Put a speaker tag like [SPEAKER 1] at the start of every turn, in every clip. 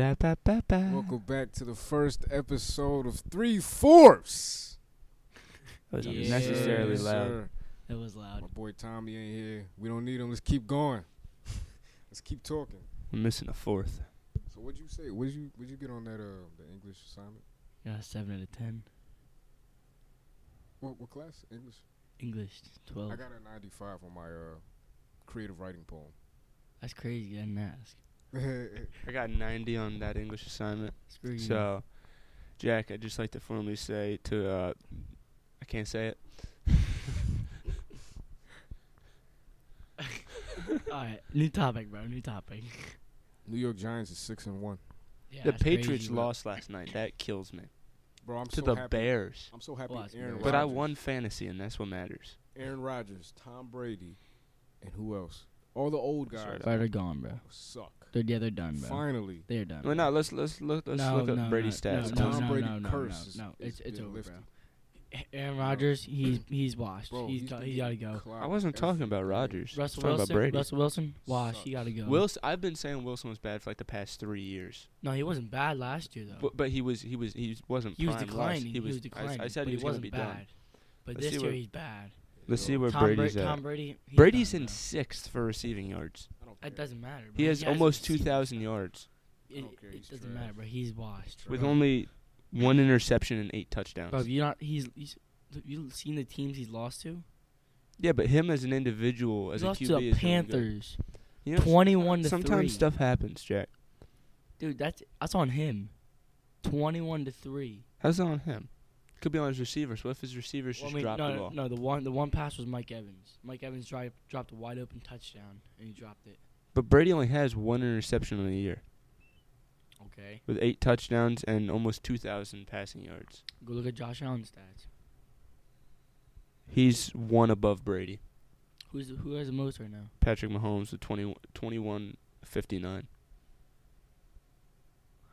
[SPEAKER 1] Ba-da-ba-ba-ba.
[SPEAKER 2] Welcome back to the first episode of Three Fourths.
[SPEAKER 1] That was
[SPEAKER 3] Yeah.
[SPEAKER 1] unnecessarily
[SPEAKER 3] Yes,
[SPEAKER 1] loud.
[SPEAKER 3] It was
[SPEAKER 2] My
[SPEAKER 3] loud.
[SPEAKER 2] boy Tommy ain't here. We don't need him. Let's keep going. Let's keep talking.
[SPEAKER 1] I'm missing a fourth.
[SPEAKER 2] So what'd you say? What'd you what'd you get on that uh the English assignment?
[SPEAKER 3] Yeah, seven out of ten.
[SPEAKER 2] What what class? English?
[SPEAKER 3] English
[SPEAKER 1] Oh.
[SPEAKER 3] twelve.
[SPEAKER 2] I got a ninety five on my uh creative writing poem.
[SPEAKER 3] That's crazy. I didn't ask.
[SPEAKER 1] I got 90 on that English assignment.
[SPEAKER 3] Screw you.
[SPEAKER 1] So, Jack, I'd just like to formally say to, uh, I can't say it.
[SPEAKER 3] all right, new topic, bro. New topic.
[SPEAKER 2] New York Giants is six and one.
[SPEAKER 3] Yeah,
[SPEAKER 1] the
[SPEAKER 3] that's
[SPEAKER 1] Patriots
[SPEAKER 3] crazy, bro.
[SPEAKER 1] lost last night. That kills me.
[SPEAKER 2] Bro, I'm
[SPEAKER 1] To
[SPEAKER 2] so
[SPEAKER 1] the
[SPEAKER 2] happy.
[SPEAKER 1] Bears.
[SPEAKER 2] I'm so happy
[SPEAKER 3] Well, it's
[SPEAKER 2] Aaron
[SPEAKER 3] Bears.
[SPEAKER 1] But I
[SPEAKER 2] Rodgers-
[SPEAKER 1] won fantasy, and that's what matters.
[SPEAKER 2] Aaron Rodgers, Tom Brady, and who else? All the old
[SPEAKER 1] Sorry,
[SPEAKER 2] guys
[SPEAKER 3] Bro, they're gone, bro.
[SPEAKER 2] suck.
[SPEAKER 3] They're yeah, they're done, bro.
[SPEAKER 2] Finally.
[SPEAKER 3] They're done.
[SPEAKER 1] Well, no, let's let's look let's
[SPEAKER 3] No,
[SPEAKER 1] look up
[SPEAKER 3] no,
[SPEAKER 1] Brady's
[SPEAKER 3] no,
[SPEAKER 1] stats.
[SPEAKER 3] No, no,
[SPEAKER 2] Tom
[SPEAKER 3] no,
[SPEAKER 2] Brady
[SPEAKER 3] no, no,
[SPEAKER 2] curse is-
[SPEAKER 3] No, no,
[SPEAKER 2] is-
[SPEAKER 3] it's it's
[SPEAKER 2] is
[SPEAKER 3] over,
[SPEAKER 2] lifted.
[SPEAKER 3] bro. Aaron Rodgers, he's he's washed.
[SPEAKER 2] Bro,
[SPEAKER 3] he's got, he gotta go.
[SPEAKER 1] I wasn't talking about Rodgers. I was
[SPEAKER 3] Russell
[SPEAKER 1] talking
[SPEAKER 3] Wilson.
[SPEAKER 1] about Brady.
[SPEAKER 3] Russell Wilson, wash.
[SPEAKER 2] Sucks.
[SPEAKER 3] He gotta go.
[SPEAKER 1] Wilson, I've been saying Wilson was bad for like the past three years,
[SPEAKER 3] No, he wasn't bad last year though.
[SPEAKER 1] but but he was he was he wasn't.
[SPEAKER 3] Oh. he was
[SPEAKER 1] prime
[SPEAKER 3] declining.
[SPEAKER 1] Last.
[SPEAKER 3] He was declining.
[SPEAKER 1] I, I said
[SPEAKER 3] but
[SPEAKER 1] he was gonna
[SPEAKER 3] wasn't
[SPEAKER 1] be
[SPEAKER 3] bad.
[SPEAKER 1] done.
[SPEAKER 3] But
[SPEAKER 1] Let's see
[SPEAKER 3] this
[SPEAKER 1] what-
[SPEAKER 3] year he's bad.
[SPEAKER 1] Let's see where
[SPEAKER 3] Tom, Bra-
[SPEAKER 1] Brady's
[SPEAKER 3] Tom
[SPEAKER 1] at.
[SPEAKER 3] Brady. he's
[SPEAKER 1] Brady's
[SPEAKER 3] done,
[SPEAKER 1] in
[SPEAKER 3] bro.
[SPEAKER 1] sixth for receiving yards.
[SPEAKER 2] I don't care.
[SPEAKER 3] It doesn't matter. Bro.
[SPEAKER 1] He has
[SPEAKER 3] hasn't
[SPEAKER 1] almost two
[SPEAKER 3] seen-
[SPEAKER 1] thousand yards
[SPEAKER 3] It,
[SPEAKER 2] don't care,
[SPEAKER 3] it
[SPEAKER 2] Oh, he's
[SPEAKER 3] doesn't
[SPEAKER 2] trash.
[SPEAKER 3] matter, bro. He's washed.
[SPEAKER 1] with
[SPEAKER 2] Right.
[SPEAKER 1] only one interception and eight touchdowns.
[SPEAKER 3] Bro, you not he's, he's you seen the teams he's lost to?
[SPEAKER 1] yeah, but him as an individual, as
[SPEAKER 3] he
[SPEAKER 1] a
[SPEAKER 3] lost
[SPEAKER 1] QB,
[SPEAKER 3] to
[SPEAKER 1] is
[SPEAKER 3] the
[SPEAKER 1] really good.
[SPEAKER 3] Panthers,
[SPEAKER 1] You know,
[SPEAKER 3] twenty-one to three.
[SPEAKER 1] sometimes stuff happens, Jack.
[SPEAKER 3] dude. That's that's on him. Twenty-one to three.
[SPEAKER 1] How's that on him? Could be on his receivers. What if his receivers
[SPEAKER 3] Well,
[SPEAKER 1] just
[SPEAKER 3] I mean,
[SPEAKER 1] drop
[SPEAKER 3] no,
[SPEAKER 1] the
[SPEAKER 3] no,
[SPEAKER 1] ball?
[SPEAKER 3] no, the one the one pass was Mike Evans. Mike Evans dri- dropped a wide open touchdown and he dropped it.
[SPEAKER 1] But Brady only has one interception on the year
[SPEAKER 3] Okay,
[SPEAKER 1] with eight touchdowns and almost two thousand passing yards.
[SPEAKER 3] go look at Josh Allen's stats.
[SPEAKER 1] He's one above Brady.
[SPEAKER 3] Who's the, who has the most right now?
[SPEAKER 1] Patrick Mahomes with 20, 21 59.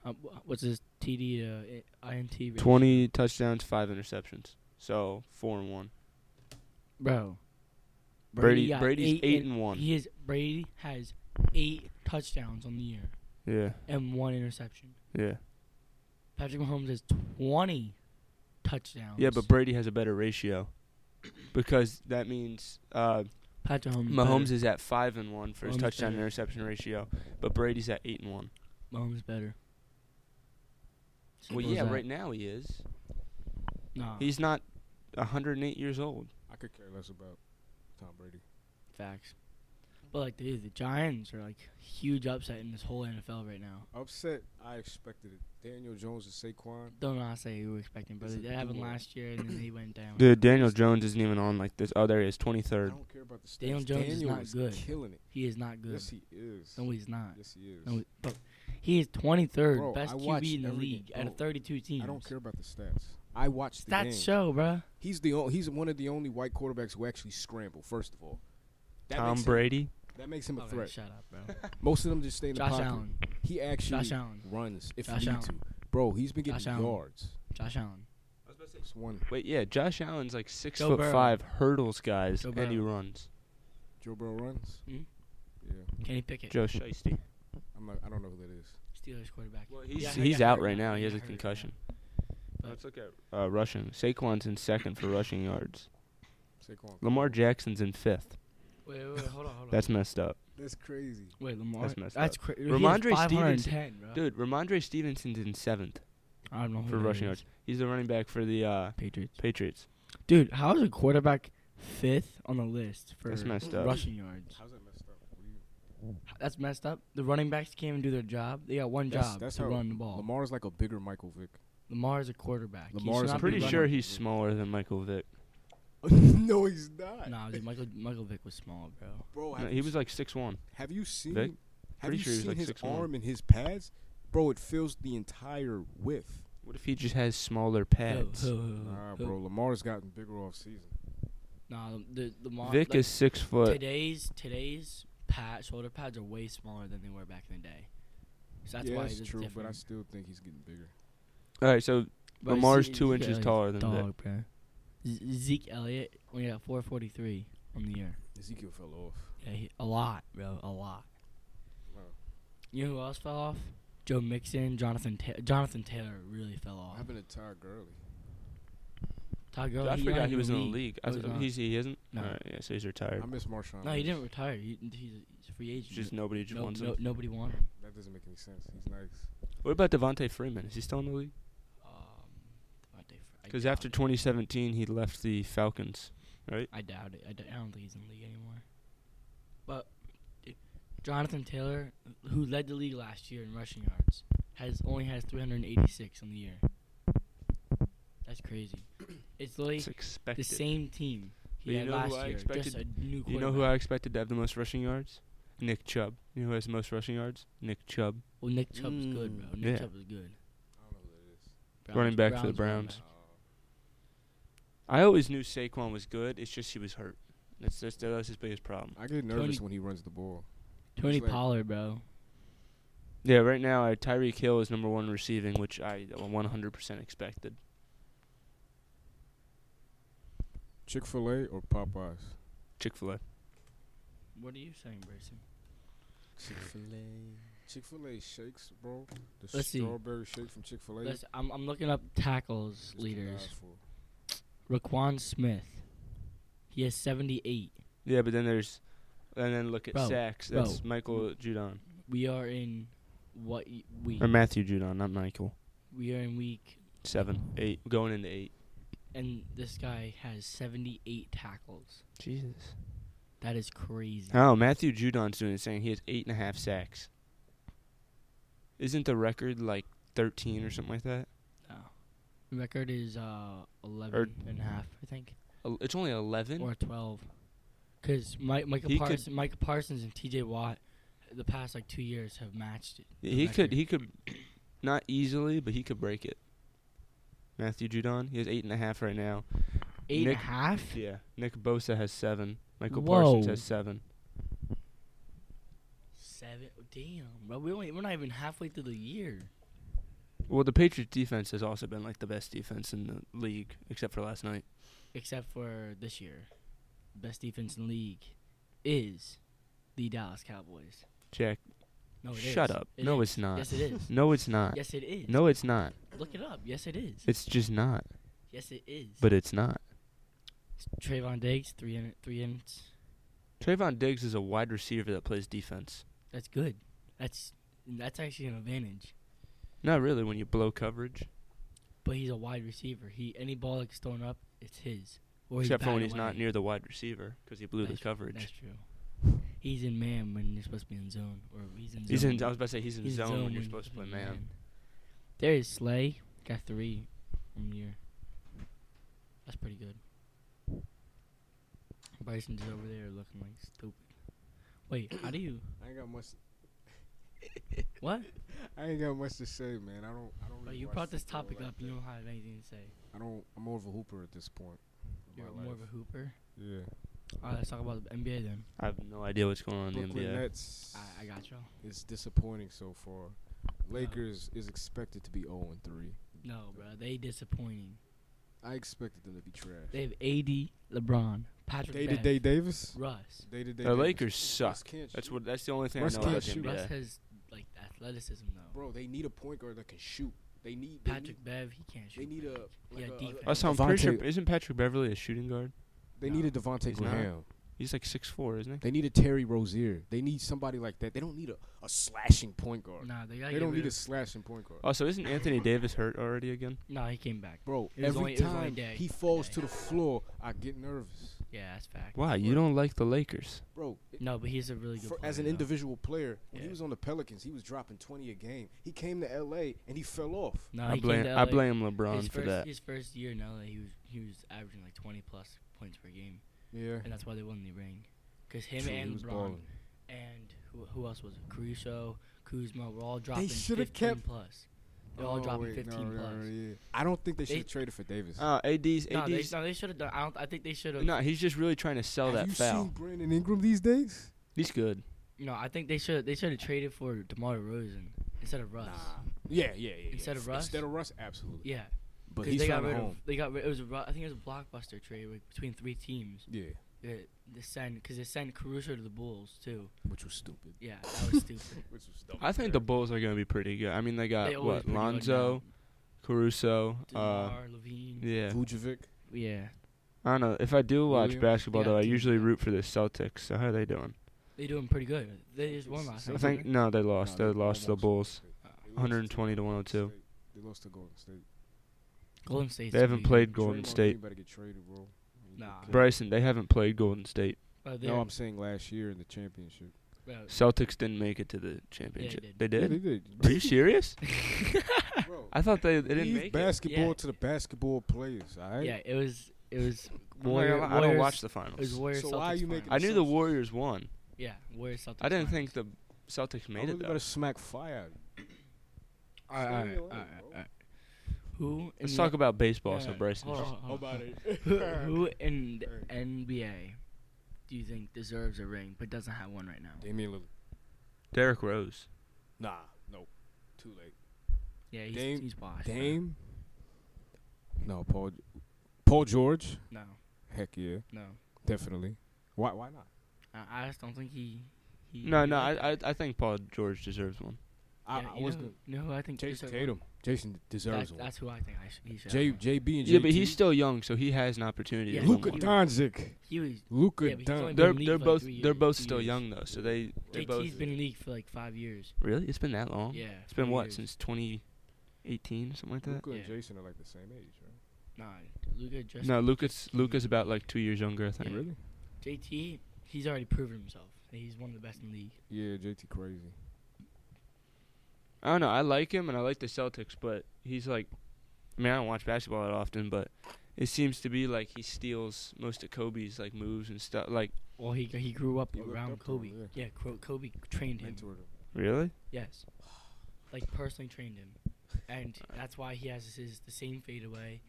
[SPEAKER 3] Um, wh- what's his TD to I- INT ratio?
[SPEAKER 1] 20 touchdowns, 5 interceptions. So, 4 and 1.
[SPEAKER 3] Bro.
[SPEAKER 1] Brady
[SPEAKER 3] got
[SPEAKER 1] Brady's 8, and, 1.
[SPEAKER 3] He is Brady has eight touchdowns on the year
[SPEAKER 1] yeah.
[SPEAKER 3] and one interception.
[SPEAKER 1] Yeah.
[SPEAKER 3] Patrick Mahomes has twenty touchdowns.
[SPEAKER 1] Yeah, but Brady has a better ratio because that means uh,
[SPEAKER 3] Patrick Mahomes,
[SPEAKER 1] Mahomes
[SPEAKER 3] better.
[SPEAKER 1] is at 5 and 1 for his
[SPEAKER 3] Mahomes
[SPEAKER 1] touchdown
[SPEAKER 3] better.
[SPEAKER 1] interception ratio, but Brady's at 8 and 1.
[SPEAKER 3] Mahomes better.
[SPEAKER 1] Well,
[SPEAKER 3] Simple as
[SPEAKER 1] yeah,
[SPEAKER 3] that. Ah.
[SPEAKER 1] right now he is.
[SPEAKER 3] Nah,
[SPEAKER 1] He's not 108 years old.
[SPEAKER 2] I could care less about Tom Brady.
[SPEAKER 3] facts. But like, dude, the Giants are like huge upset in this whole NFL right now.
[SPEAKER 2] Upset, I expected it. Daniel Jones and Saquon.
[SPEAKER 3] Don't know how to say who we were expecting, but
[SPEAKER 2] It's a
[SPEAKER 3] it happened
[SPEAKER 2] duel.
[SPEAKER 3] last year and then he went down.
[SPEAKER 1] Dude, Daniel Jones isn't even on like this. Oh, there he is,
[SPEAKER 2] I
[SPEAKER 1] 23rd.
[SPEAKER 2] don't care about the stats.
[SPEAKER 3] Daniel Jones is
[SPEAKER 2] Daniel
[SPEAKER 3] not good.
[SPEAKER 2] killing it.
[SPEAKER 3] He is not good.
[SPEAKER 2] Yes, he is.
[SPEAKER 3] no, he's not.
[SPEAKER 2] yes, he is.
[SPEAKER 3] No, he- bro, he is 23rd
[SPEAKER 2] Bro,
[SPEAKER 3] best
[SPEAKER 2] I watch
[SPEAKER 3] QB in the
[SPEAKER 2] every game.
[SPEAKER 3] league out of
[SPEAKER 2] Bro,
[SPEAKER 3] 32 teams.
[SPEAKER 2] I don't care about the stats. I watched the game.
[SPEAKER 3] Stats show, bro.
[SPEAKER 2] He's the only, he's one of the only white quarterbacks who actually scramble. First of all, that
[SPEAKER 1] Tom
[SPEAKER 2] makes
[SPEAKER 1] Brady.
[SPEAKER 2] Him, that makes him a
[SPEAKER 3] Okay,
[SPEAKER 2] threat.
[SPEAKER 3] shut up, bro.
[SPEAKER 2] Most of them just stay in
[SPEAKER 3] Oh, Josh
[SPEAKER 2] the pocket.
[SPEAKER 3] Allen.
[SPEAKER 2] He actually
[SPEAKER 3] Josh Allen.
[SPEAKER 2] runs if
[SPEAKER 3] Josh
[SPEAKER 2] need
[SPEAKER 3] Allen.
[SPEAKER 2] to. Bro, he's been getting
[SPEAKER 3] Josh Allen.
[SPEAKER 2] yards.
[SPEAKER 3] Josh Allen.
[SPEAKER 2] It's one.
[SPEAKER 1] Wait, yeah, Josh Allen's like six
[SPEAKER 3] Joe
[SPEAKER 1] foot
[SPEAKER 3] Burrow.
[SPEAKER 1] five, hurdles guys,
[SPEAKER 3] Joe
[SPEAKER 1] and he
[SPEAKER 3] Burrow.
[SPEAKER 1] runs.
[SPEAKER 2] Joe Burrow runs.
[SPEAKER 3] Hmm?
[SPEAKER 2] Yeah,
[SPEAKER 3] Can he pick it?
[SPEAKER 1] Joe Shiesty.
[SPEAKER 2] I'm not. I don't know who that is.
[SPEAKER 3] Steelers quarterback.
[SPEAKER 1] Well,
[SPEAKER 3] He
[SPEAKER 1] he's
[SPEAKER 3] got- he
[SPEAKER 1] he's
[SPEAKER 3] got
[SPEAKER 1] out
[SPEAKER 3] hurt,
[SPEAKER 1] right
[SPEAKER 3] bro.
[SPEAKER 1] now. He has a
[SPEAKER 3] got hurt, bro.
[SPEAKER 1] concussion.
[SPEAKER 3] But- Let's
[SPEAKER 1] look at uh, rushing. Saquon's in second for rushing yards.
[SPEAKER 2] Saquon.
[SPEAKER 1] Lamar Jackson's in fifth.
[SPEAKER 3] Wait, wait, wait, hold on, hold on.
[SPEAKER 1] That's messed up,
[SPEAKER 2] That's crazy.
[SPEAKER 3] Wait, Lamar.
[SPEAKER 1] that's messed
[SPEAKER 3] That's crazy.
[SPEAKER 1] Ramondre
[SPEAKER 3] Ramondre Stevenson.
[SPEAKER 1] Stevenson- dude. Ramondre Stevenson's in seventh
[SPEAKER 3] I don't know who
[SPEAKER 1] for
[SPEAKER 3] that
[SPEAKER 1] rushing
[SPEAKER 3] is.
[SPEAKER 1] yards. He's the running back for the uh,
[SPEAKER 3] Patriots.
[SPEAKER 1] Patriots.
[SPEAKER 3] Dude, how is a quarterback fifth on the list for
[SPEAKER 1] That's messed up.
[SPEAKER 3] rushing yards?
[SPEAKER 2] How's that messed up?
[SPEAKER 3] That's messed up. The running backs can't even do their job. They got one
[SPEAKER 2] That's-
[SPEAKER 3] job
[SPEAKER 2] that's
[SPEAKER 3] to
[SPEAKER 2] how
[SPEAKER 3] run the ball. Lamar,
[SPEAKER 2] Lamar's like a bigger Michael Vick.
[SPEAKER 3] is a quarterback. He should
[SPEAKER 2] Lamar's
[SPEAKER 3] not
[SPEAKER 1] I'm
[SPEAKER 3] be
[SPEAKER 1] pretty
[SPEAKER 3] running.
[SPEAKER 1] sure he's smaller than Michael Vick.
[SPEAKER 2] no, he's not.
[SPEAKER 3] Nah, dude, Michael Michael Vick was small, bro.
[SPEAKER 2] Bro,
[SPEAKER 1] No,
[SPEAKER 2] have,
[SPEAKER 1] he was like six one.
[SPEAKER 2] have you seen?
[SPEAKER 1] Vick?
[SPEAKER 2] Have
[SPEAKER 1] Pretty
[SPEAKER 2] you
[SPEAKER 1] sure he was
[SPEAKER 2] seen
[SPEAKER 1] like
[SPEAKER 2] his
[SPEAKER 1] 6'1".
[SPEAKER 2] arm and his pads? Bro, it fills the entire width.
[SPEAKER 1] What if he just has smaller pads?
[SPEAKER 3] Who- who- who-
[SPEAKER 2] Nah,
[SPEAKER 3] Uh, who-
[SPEAKER 2] bro. Lamar's gotten bigger off season.
[SPEAKER 3] Nah, the, the Lamar.
[SPEAKER 1] Vick
[SPEAKER 3] like,
[SPEAKER 1] is six foot.
[SPEAKER 3] today's today's pad shoulder pads are way smaller than they were back in the day. So that's
[SPEAKER 2] yeah,
[SPEAKER 3] why
[SPEAKER 2] that's
[SPEAKER 3] it's
[SPEAKER 2] true.
[SPEAKER 3] different.
[SPEAKER 2] But I still think he's getting bigger.
[SPEAKER 1] All right, so
[SPEAKER 3] But
[SPEAKER 1] Lamar's
[SPEAKER 3] Zeke-
[SPEAKER 1] two
[SPEAKER 3] Zeke
[SPEAKER 1] inches
[SPEAKER 3] Elliott's
[SPEAKER 1] taller than Vick.
[SPEAKER 3] dog, bro. Z- Zeke Elliott only got 443 on the year.
[SPEAKER 2] Ezekiel fell off.
[SPEAKER 3] Yeah, he, a lot, bro, a lot.
[SPEAKER 2] Wow.
[SPEAKER 3] You know who else fell off? Joe Mixon, Jonathan Ta- Jonathan Taylor really fell
[SPEAKER 2] What
[SPEAKER 3] off.
[SPEAKER 2] happened to Todd Gurley?
[SPEAKER 3] Todd
[SPEAKER 1] Dude,
[SPEAKER 3] Gurley,
[SPEAKER 1] I
[SPEAKER 3] he
[SPEAKER 1] forgot
[SPEAKER 3] not
[SPEAKER 1] he was in the league. I
[SPEAKER 3] No,
[SPEAKER 1] th-
[SPEAKER 3] he's not.
[SPEAKER 1] he's, he isn't.
[SPEAKER 3] No.
[SPEAKER 1] Alright, yeah, so he's retired.
[SPEAKER 2] I miss Marshawn.
[SPEAKER 3] No, he
[SPEAKER 2] Lynch.
[SPEAKER 3] didn't retire. He, he's, a, he's a free agent.
[SPEAKER 1] just nobody just
[SPEAKER 3] No-
[SPEAKER 1] wants
[SPEAKER 3] no-
[SPEAKER 1] him.
[SPEAKER 3] nobody wanted him.
[SPEAKER 2] That doesn't make any sense. He's nice.
[SPEAKER 1] What about Devontae Freeman? Is he still in the league?
[SPEAKER 3] Um, Devontae Fr- Um, I
[SPEAKER 1] Because
[SPEAKER 3] doubt
[SPEAKER 1] after
[SPEAKER 3] it.
[SPEAKER 1] 2017, he left the Falcons.
[SPEAKER 3] I doubt it. I, d- I don't think he's in the league anymore. But i- Jonathan Taylor, who led the league last year in rushing yards, has only has 386 on the year. That's crazy. It's like
[SPEAKER 1] It's
[SPEAKER 3] the
[SPEAKER 1] expected.
[SPEAKER 3] same team
[SPEAKER 1] But
[SPEAKER 3] he
[SPEAKER 1] you
[SPEAKER 3] had
[SPEAKER 1] know who
[SPEAKER 3] last
[SPEAKER 1] I
[SPEAKER 3] year. Just a
[SPEAKER 1] expected-
[SPEAKER 3] new quarterback.
[SPEAKER 1] You know who I expected to have the most rushing yards? Nick Chubb. You know who has the most rushing yards? Nick Chubb.
[SPEAKER 3] well, Nick Chubb's good,
[SPEAKER 2] Mm.
[SPEAKER 3] bro. Nick
[SPEAKER 1] Yeah.
[SPEAKER 3] Chubb is good.
[SPEAKER 2] I don't know who that is.
[SPEAKER 1] Running back for the
[SPEAKER 3] running
[SPEAKER 1] Browns.
[SPEAKER 3] back.
[SPEAKER 2] Uh,
[SPEAKER 1] I always knew Saquon was good. It's just he was hurt. That's that's that was his biggest problem.
[SPEAKER 2] I get nervous
[SPEAKER 3] Tony-
[SPEAKER 2] when he runs the ball.
[SPEAKER 3] Tony
[SPEAKER 2] like-
[SPEAKER 3] Pollard, bro.
[SPEAKER 1] Yeah, right now uh, Tyreek Hill is number one receiving, which I 100% expected.
[SPEAKER 2] Chick Fil A or Popeyes?
[SPEAKER 1] Chick Fil A.
[SPEAKER 3] What are you saying, Brayson?
[SPEAKER 2] Chick Fil A. Chick Fil A shakes, bro. The
[SPEAKER 3] Let's see.
[SPEAKER 2] strawberry shake from Chick Fil A.
[SPEAKER 3] Listen, I'm, I'm looking up tackles leaders. Raquan Smith. He has 78.
[SPEAKER 1] Yeah, but then there's, and then look at
[SPEAKER 3] Bro,
[SPEAKER 1] sacks.
[SPEAKER 3] bro.
[SPEAKER 1] That's Michael Judon
[SPEAKER 3] We are in what y- week?
[SPEAKER 1] or Matthew Judon, not Michael.
[SPEAKER 3] We are in week,
[SPEAKER 1] Seven, eight, going into eight.
[SPEAKER 3] and this guy has 78 tackles.
[SPEAKER 1] Jesus.
[SPEAKER 3] That is crazy.
[SPEAKER 1] Oh, Matthew Judon's doing the same. He has eight and a half sacks. Isn't the record like 13 or something like that?
[SPEAKER 3] The record is uh 11 and a half, I think,
[SPEAKER 1] El- It's only 11.
[SPEAKER 3] or 12. Because Micah,
[SPEAKER 1] He could-
[SPEAKER 3] Parsons, Micah Parsons and T.J. Watt, the past like two years have matched it. the
[SPEAKER 1] He could,
[SPEAKER 3] record.
[SPEAKER 1] he could, not easily, but he could break it. Matthew Judon, he has eight and a half right now.
[SPEAKER 3] Eight and a
[SPEAKER 1] Nick-
[SPEAKER 3] half.
[SPEAKER 1] Yeah. Nick Bosa has seven. Michael Parsons
[SPEAKER 3] Whoa.
[SPEAKER 1] has seven.
[SPEAKER 3] Seven. Damn, bro. We only, we're not even halfway through the year.
[SPEAKER 1] Well, the Patriots defense has also been like the best defense in the league, except for last night.
[SPEAKER 3] except for this year, best defense in the league is the Dallas Cowboys.
[SPEAKER 1] Jack,
[SPEAKER 3] No, Oh, it is.
[SPEAKER 1] shut up.
[SPEAKER 3] It
[SPEAKER 1] no,
[SPEAKER 3] is.
[SPEAKER 1] it's not.
[SPEAKER 3] Yes, it is.
[SPEAKER 1] No, it's not.
[SPEAKER 3] Yes, it is.
[SPEAKER 1] No, it's not.
[SPEAKER 3] look it up. Yes, it is.
[SPEAKER 1] It's just not.
[SPEAKER 3] Yes, it is.
[SPEAKER 1] But it's not.
[SPEAKER 3] Trayvon Diggs, three in, three ints.
[SPEAKER 1] Trayvon Diggs is a wide receiver that plays defense.
[SPEAKER 3] That's good. That's that's actually an advantage.
[SPEAKER 1] Not really when you blow coverage,
[SPEAKER 3] But he's a wide receiver. He any ball that's thrown up, it's his. Or
[SPEAKER 1] except for when
[SPEAKER 3] batted
[SPEAKER 1] he's not
[SPEAKER 3] away.
[SPEAKER 1] near the wide receiver because he blew
[SPEAKER 3] That's
[SPEAKER 1] the
[SPEAKER 3] true. That's
[SPEAKER 1] coverage.
[SPEAKER 3] true. He's in man when you're supposed to be in zone, or he's in. Zone.
[SPEAKER 1] He's in. I was about to say he's in
[SPEAKER 3] He's
[SPEAKER 1] zone, when you're
[SPEAKER 3] when
[SPEAKER 1] supposed to play
[SPEAKER 3] in
[SPEAKER 1] man.
[SPEAKER 3] There is Slay. Got three from year. That's pretty good. Bryson's over there looking like stupid. Wait, how do you?
[SPEAKER 2] I ain't got much.
[SPEAKER 3] What?
[SPEAKER 2] I ain't got much to say, man. I don't. I don't.
[SPEAKER 3] Bro,
[SPEAKER 2] Really
[SPEAKER 3] you
[SPEAKER 2] watch
[SPEAKER 3] brought this
[SPEAKER 2] football
[SPEAKER 3] topic
[SPEAKER 2] like
[SPEAKER 3] up. You don't have anything to say.
[SPEAKER 2] that. I don't. I'm more of a hooper at this point. in
[SPEAKER 3] You're
[SPEAKER 2] my
[SPEAKER 3] more of
[SPEAKER 2] life.
[SPEAKER 3] a hooper.
[SPEAKER 2] Yeah.
[SPEAKER 3] All right, let's talk about the NBA then.
[SPEAKER 1] I have no idea what's going on in the
[SPEAKER 2] Brooklyn
[SPEAKER 1] NBA.
[SPEAKER 2] Nets
[SPEAKER 3] I, I got Uh, you.
[SPEAKER 2] is disappointing so far. Lakers is expected to be 0 and 3.
[SPEAKER 3] No, bro, they disappointing.
[SPEAKER 2] I expected them to be trash.
[SPEAKER 3] They have AD, LeBron, Patrick,
[SPEAKER 2] Day
[SPEAKER 3] Bev,
[SPEAKER 2] to day Davis.
[SPEAKER 3] Russ.
[SPEAKER 2] Day to day.
[SPEAKER 1] The Lakers suck.
[SPEAKER 2] can't
[SPEAKER 1] That's
[SPEAKER 2] shoot.
[SPEAKER 1] what. That's the only thing
[SPEAKER 2] Russ
[SPEAKER 1] I know about
[SPEAKER 2] can't
[SPEAKER 1] the
[SPEAKER 2] shoot.
[SPEAKER 1] NBA.
[SPEAKER 3] Russ has like athleticism though.
[SPEAKER 2] Bro, they need a point guard that can shoot. They need. They
[SPEAKER 3] Patrick Bev, he can't
[SPEAKER 2] Need,
[SPEAKER 3] shoot.
[SPEAKER 2] they need a. Like
[SPEAKER 3] Yeah,
[SPEAKER 2] a-
[SPEAKER 3] defense.
[SPEAKER 2] a,
[SPEAKER 1] Russ, I'm pretty sure.
[SPEAKER 2] Devontae-
[SPEAKER 1] Isn't Patrick Beverly a shooting guard?
[SPEAKER 2] They
[SPEAKER 3] No.
[SPEAKER 2] need a Devontae
[SPEAKER 1] He's not.
[SPEAKER 2] Graham.
[SPEAKER 1] He's like six four, isn't he?
[SPEAKER 2] They need a Terry Rozier. They need somebody like that. They don't need a, a slashing point guard.
[SPEAKER 3] Nah, they, gotta
[SPEAKER 2] they
[SPEAKER 3] get
[SPEAKER 2] don't
[SPEAKER 3] rid
[SPEAKER 2] need a
[SPEAKER 3] of-
[SPEAKER 2] slashing point guard.
[SPEAKER 1] Also, isn't Anthony Davis hurt already again?
[SPEAKER 3] No, he came back.
[SPEAKER 2] Bro,
[SPEAKER 3] It was
[SPEAKER 2] every
[SPEAKER 3] only- it was only
[SPEAKER 2] time
[SPEAKER 3] day.
[SPEAKER 2] he falls
[SPEAKER 3] Day.
[SPEAKER 2] to the floor, I get nervous.
[SPEAKER 3] Yeah, that's fact.
[SPEAKER 1] Why you don't like the Lakers?
[SPEAKER 2] Bro, it-
[SPEAKER 3] No, but he's a really good
[SPEAKER 2] for,
[SPEAKER 3] player.
[SPEAKER 2] as an
[SPEAKER 3] though.
[SPEAKER 2] individual player, when he
[SPEAKER 3] Yeah.
[SPEAKER 2] was on the Pelicans, he was dropping 20 a game. He came to LA and he fell off.
[SPEAKER 3] No,
[SPEAKER 1] I
[SPEAKER 3] Uh, he came
[SPEAKER 1] blame
[SPEAKER 3] to
[SPEAKER 1] I
[SPEAKER 3] LA.
[SPEAKER 1] blame
[SPEAKER 3] his
[SPEAKER 1] LeBron for
[SPEAKER 3] first,
[SPEAKER 1] that.
[SPEAKER 3] His first year in LA, he was he was averaging like 20 plus points per game,
[SPEAKER 2] Yeah.
[SPEAKER 3] and that's why they won the ring. Cause him
[SPEAKER 2] True, he
[SPEAKER 3] and
[SPEAKER 2] was
[SPEAKER 3] LeBron
[SPEAKER 2] balling.
[SPEAKER 3] and who, who else was it? Caruso, Kuzma were all dropping
[SPEAKER 2] shoulda
[SPEAKER 3] 15
[SPEAKER 2] kept-
[SPEAKER 3] plus. They're
[SPEAKER 2] Oh,
[SPEAKER 3] all dropping 15 plus.
[SPEAKER 2] I don't think they should
[SPEAKER 3] They-
[SPEAKER 2] have traded for Davis.
[SPEAKER 1] Oh, AD's
[SPEAKER 3] No, they,
[SPEAKER 1] AD's
[SPEAKER 3] no, they should have done. I, don't, I think they should have.
[SPEAKER 1] No, he's just really trying to sell
[SPEAKER 2] have
[SPEAKER 1] that
[SPEAKER 2] you
[SPEAKER 1] foul.
[SPEAKER 2] seen Brandon Ingram these days?
[SPEAKER 1] he's good.
[SPEAKER 3] No, I think they should. They should have traded for DeMar DeRozan instead of Russ.
[SPEAKER 2] Yeah, yeah, yeah, yeah.
[SPEAKER 3] Instead of
[SPEAKER 2] F-
[SPEAKER 3] Russ?
[SPEAKER 2] Instead of Russ, absolutely.
[SPEAKER 3] Yeah,
[SPEAKER 2] But
[SPEAKER 3] 'cause
[SPEAKER 2] he's
[SPEAKER 3] they got
[SPEAKER 2] trying to
[SPEAKER 3] rid of.
[SPEAKER 2] home.
[SPEAKER 3] They got rid. It was a, ru- I think it was a blockbuster trade like, between three teams.
[SPEAKER 2] Yeah.
[SPEAKER 3] They, they send because they send Caruso to the Bulls too.
[SPEAKER 2] which was stupid.
[SPEAKER 3] Yeah, that was stupid.
[SPEAKER 2] Which was dumb.
[SPEAKER 1] I think the Bulls are going to be pretty good. I mean, they got
[SPEAKER 3] They
[SPEAKER 1] Uh,
[SPEAKER 3] always
[SPEAKER 1] what
[SPEAKER 3] pretty good
[SPEAKER 1] Lonzo, Caruso.
[SPEAKER 3] now.
[SPEAKER 1] Uh,
[SPEAKER 3] DeMar, Levine.
[SPEAKER 1] yeah,
[SPEAKER 2] Vujovic.
[SPEAKER 3] yeah,
[SPEAKER 1] I don't know. If I do watch
[SPEAKER 3] Williams,
[SPEAKER 1] basketball,
[SPEAKER 3] yeah,
[SPEAKER 1] though, I
[SPEAKER 3] team
[SPEAKER 1] usually
[SPEAKER 3] now.
[SPEAKER 1] root for the Celtics. So how are they doing?
[SPEAKER 3] they doing pretty good. They just won
[SPEAKER 2] It's-
[SPEAKER 3] last
[SPEAKER 2] They
[SPEAKER 1] I
[SPEAKER 3] night.
[SPEAKER 2] it's-
[SPEAKER 1] think
[SPEAKER 3] didn't
[SPEAKER 1] no, they lost.
[SPEAKER 2] No,
[SPEAKER 1] they
[SPEAKER 2] they
[SPEAKER 1] lost to the
[SPEAKER 2] almost
[SPEAKER 1] Bulls,
[SPEAKER 3] they? Uh,
[SPEAKER 1] 120 to 102.
[SPEAKER 2] They lost to Golden State.
[SPEAKER 3] Golden State.
[SPEAKER 1] They haven't played Golden
[SPEAKER 2] Draymond
[SPEAKER 1] State.
[SPEAKER 2] Green better get traded, bro. You
[SPEAKER 3] Nah.
[SPEAKER 2] get
[SPEAKER 1] Bryson, they haven't played Golden State.
[SPEAKER 3] But
[SPEAKER 2] killed. No, I'm saying last year in the championship.
[SPEAKER 1] Celtics didn't make it to the championship.
[SPEAKER 3] did.
[SPEAKER 1] they
[SPEAKER 2] Yeah,
[SPEAKER 1] did.
[SPEAKER 2] they did.
[SPEAKER 1] Are you serious?
[SPEAKER 2] Bro,
[SPEAKER 1] I thought they, they didn't
[SPEAKER 2] leave
[SPEAKER 1] make it.
[SPEAKER 2] basketball
[SPEAKER 3] Yeah.
[SPEAKER 2] to the basketball players, all right?
[SPEAKER 3] yeah, it was it was
[SPEAKER 1] I'm not
[SPEAKER 3] Warrior,
[SPEAKER 1] gonna lie, I
[SPEAKER 3] Warriors.
[SPEAKER 1] don't watch the
[SPEAKER 3] it was
[SPEAKER 1] finals.
[SPEAKER 3] Warriors.
[SPEAKER 2] So why are
[SPEAKER 3] Celtics
[SPEAKER 2] you making
[SPEAKER 1] I
[SPEAKER 3] finals.
[SPEAKER 1] knew the Warriors won.
[SPEAKER 3] Yeah, Warriors. Celtics.
[SPEAKER 1] I didn't
[SPEAKER 3] finals.
[SPEAKER 1] think the Celtics made
[SPEAKER 2] I
[SPEAKER 1] it
[SPEAKER 2] really
[SPEAKER 1] though.
[SPEAKER 2] better smack fire out of you.
[SPEAKER 3] All right, all right, all right, all right. Who? in
[SPEAKER 1] Let's
[SPEAKER 3] the-
[SPEAKER 1] talk about baseball, so
[SPEAKER 3] Yeah.
[SPEAKER 1] Bryson.
[SPEAKER 3] Hold on,
[SPEAKER 1] just-
[SPEAKER 3] hold on,
[SPEAKER 2] How
[SPEAKER 3] hold on.
[SPEAKER 2] about it?
[SPEAKER 3] who, who in the NBA do you think deserves a ring but doesn't have one right now?
[SPEAKER 2] Damian Lillard.
[SPEAKER 1] Derrick Rose.
[SPEAKER 2] Nah, nope. Too late.
[SPEAKER 3] Yeah, he's,
[SPEAKER 2] Dame-
[SPEAKER 3] he's washed. bro.
[SPEAKER 2] Dame? No, Paul Paul George?
[SPEAKER 3] No,
[SPEAKER 2] Heck yeah.
[SPEAKER 3] no.
[SPEAKER 2] Definitely. Why why not?
[SPEAKER 3] I, I just don't think he. he
[SPEAKER 1] No, no, I, I, I think Paul George deserves one.
[SPEAKER 2] I,
[SPEAKER 3] Yeah,
[SPEAKER 2] I
[SPEAKER 3] you
[SPEAKER 2] was
[SPEAKER 3] know,
[SPEAKER 2] gonna-
[SPEAKER 3] you know who I think
[SPEAKER 2] Jason
[SPEAKER 3] deserves one?
[SPEAKER 2] Tatum. Jason deserves
[SPEAKER 3] That,
[SPEAKER 2] one.
[SPEAKER 3] that's who I think I should, he should.
[SPEAKER 2] J,
[SPEAKER 3] have one.
[SPEAKER 2] JB and
[SPEAKER 1] Yeah, but he's
[SPEAKER 2] JT.
[SPEAKER 1] still young, so he has an opportunity.
[SPEAKER 3] Yeah,
[SPEAKER 1] to
[SPEAKER 3] Luka
[SPEAKER 2] Luka
[SPEAKER 1] win one.
[SPEAKER 3] Don-
[SPEAKER 2] Doncic.
[SPEAKER 3] he was.
[SPEAKER 2] Luka
[SPEAKER 3] Yeah, but he's only
[SPEAKER 2] Doncic.
[SPEAKER 3] been
[SPEAKER 1] They're
[SPEAKER 3] in the league
[SPEAKER 1] they're
[SPEAKER 3] for like
[SPEAKER 1] both
[SPEAKER 3] three
[SPEAKER 1] they're
[SPEAKER 3] years,
[SPEAKER 1] both
[SPEAKER 3] two
[SPEAKER 1] still
[SPEAKER 3] years.
[SPEAKER 1] young though, so they they're
[SPEAKER 3] JT's
[SPEAKER 1] both
[SPEAKER 3] been in the league for like five years.
[SPEAKER 1] really. It's been that long.
[SPEAKER 3] Yeah.
[SPEAKER 1] It's been
[SPEAKER 3] four
[SPEAKER 1] what
[SPEAKER 3] years.
[SPEAKER 1] since 2018, something like that.
[SPEAKER 2] Luka and
[SPEAKER 3] Yeah.
[SPEAKER 2] Jason are like the same age, right?
[SPEAKER 3] Nah, Luka just.
[SPEAKER 1] No, Lucas Lucas about like two years younger, I think.
[SPEAKER 2] Really?
[SPEAKER 3] JT, he's already proven himself. He's one of the best in the league.
[SPEAKER 2] Yeah, JT crazy.
[SPEAKER 1] I don't know. I like him and I like the Celtics, but he's like, I mean, I don't watch basketball that often, but it seems to be like he steals most of Kobe's like moves and stuff. Like
[SPEAKER 3] Well, he he grew up
[SPEAKER 2] He looked
[SPEAKER 3] around
[SPEAKER 2] up to him,
[SPEAKER 3] Kobe.
[SPEAKER 2] yeah.
[SPEAKER 3] yeah, Cro- Kobe trained him.
[SPEAKER 2] Mentored him.
[SPEAKER 1] really?
[SPEAKER 3] Yes. Like personally trained him, and that's why he has his the same fadeaway,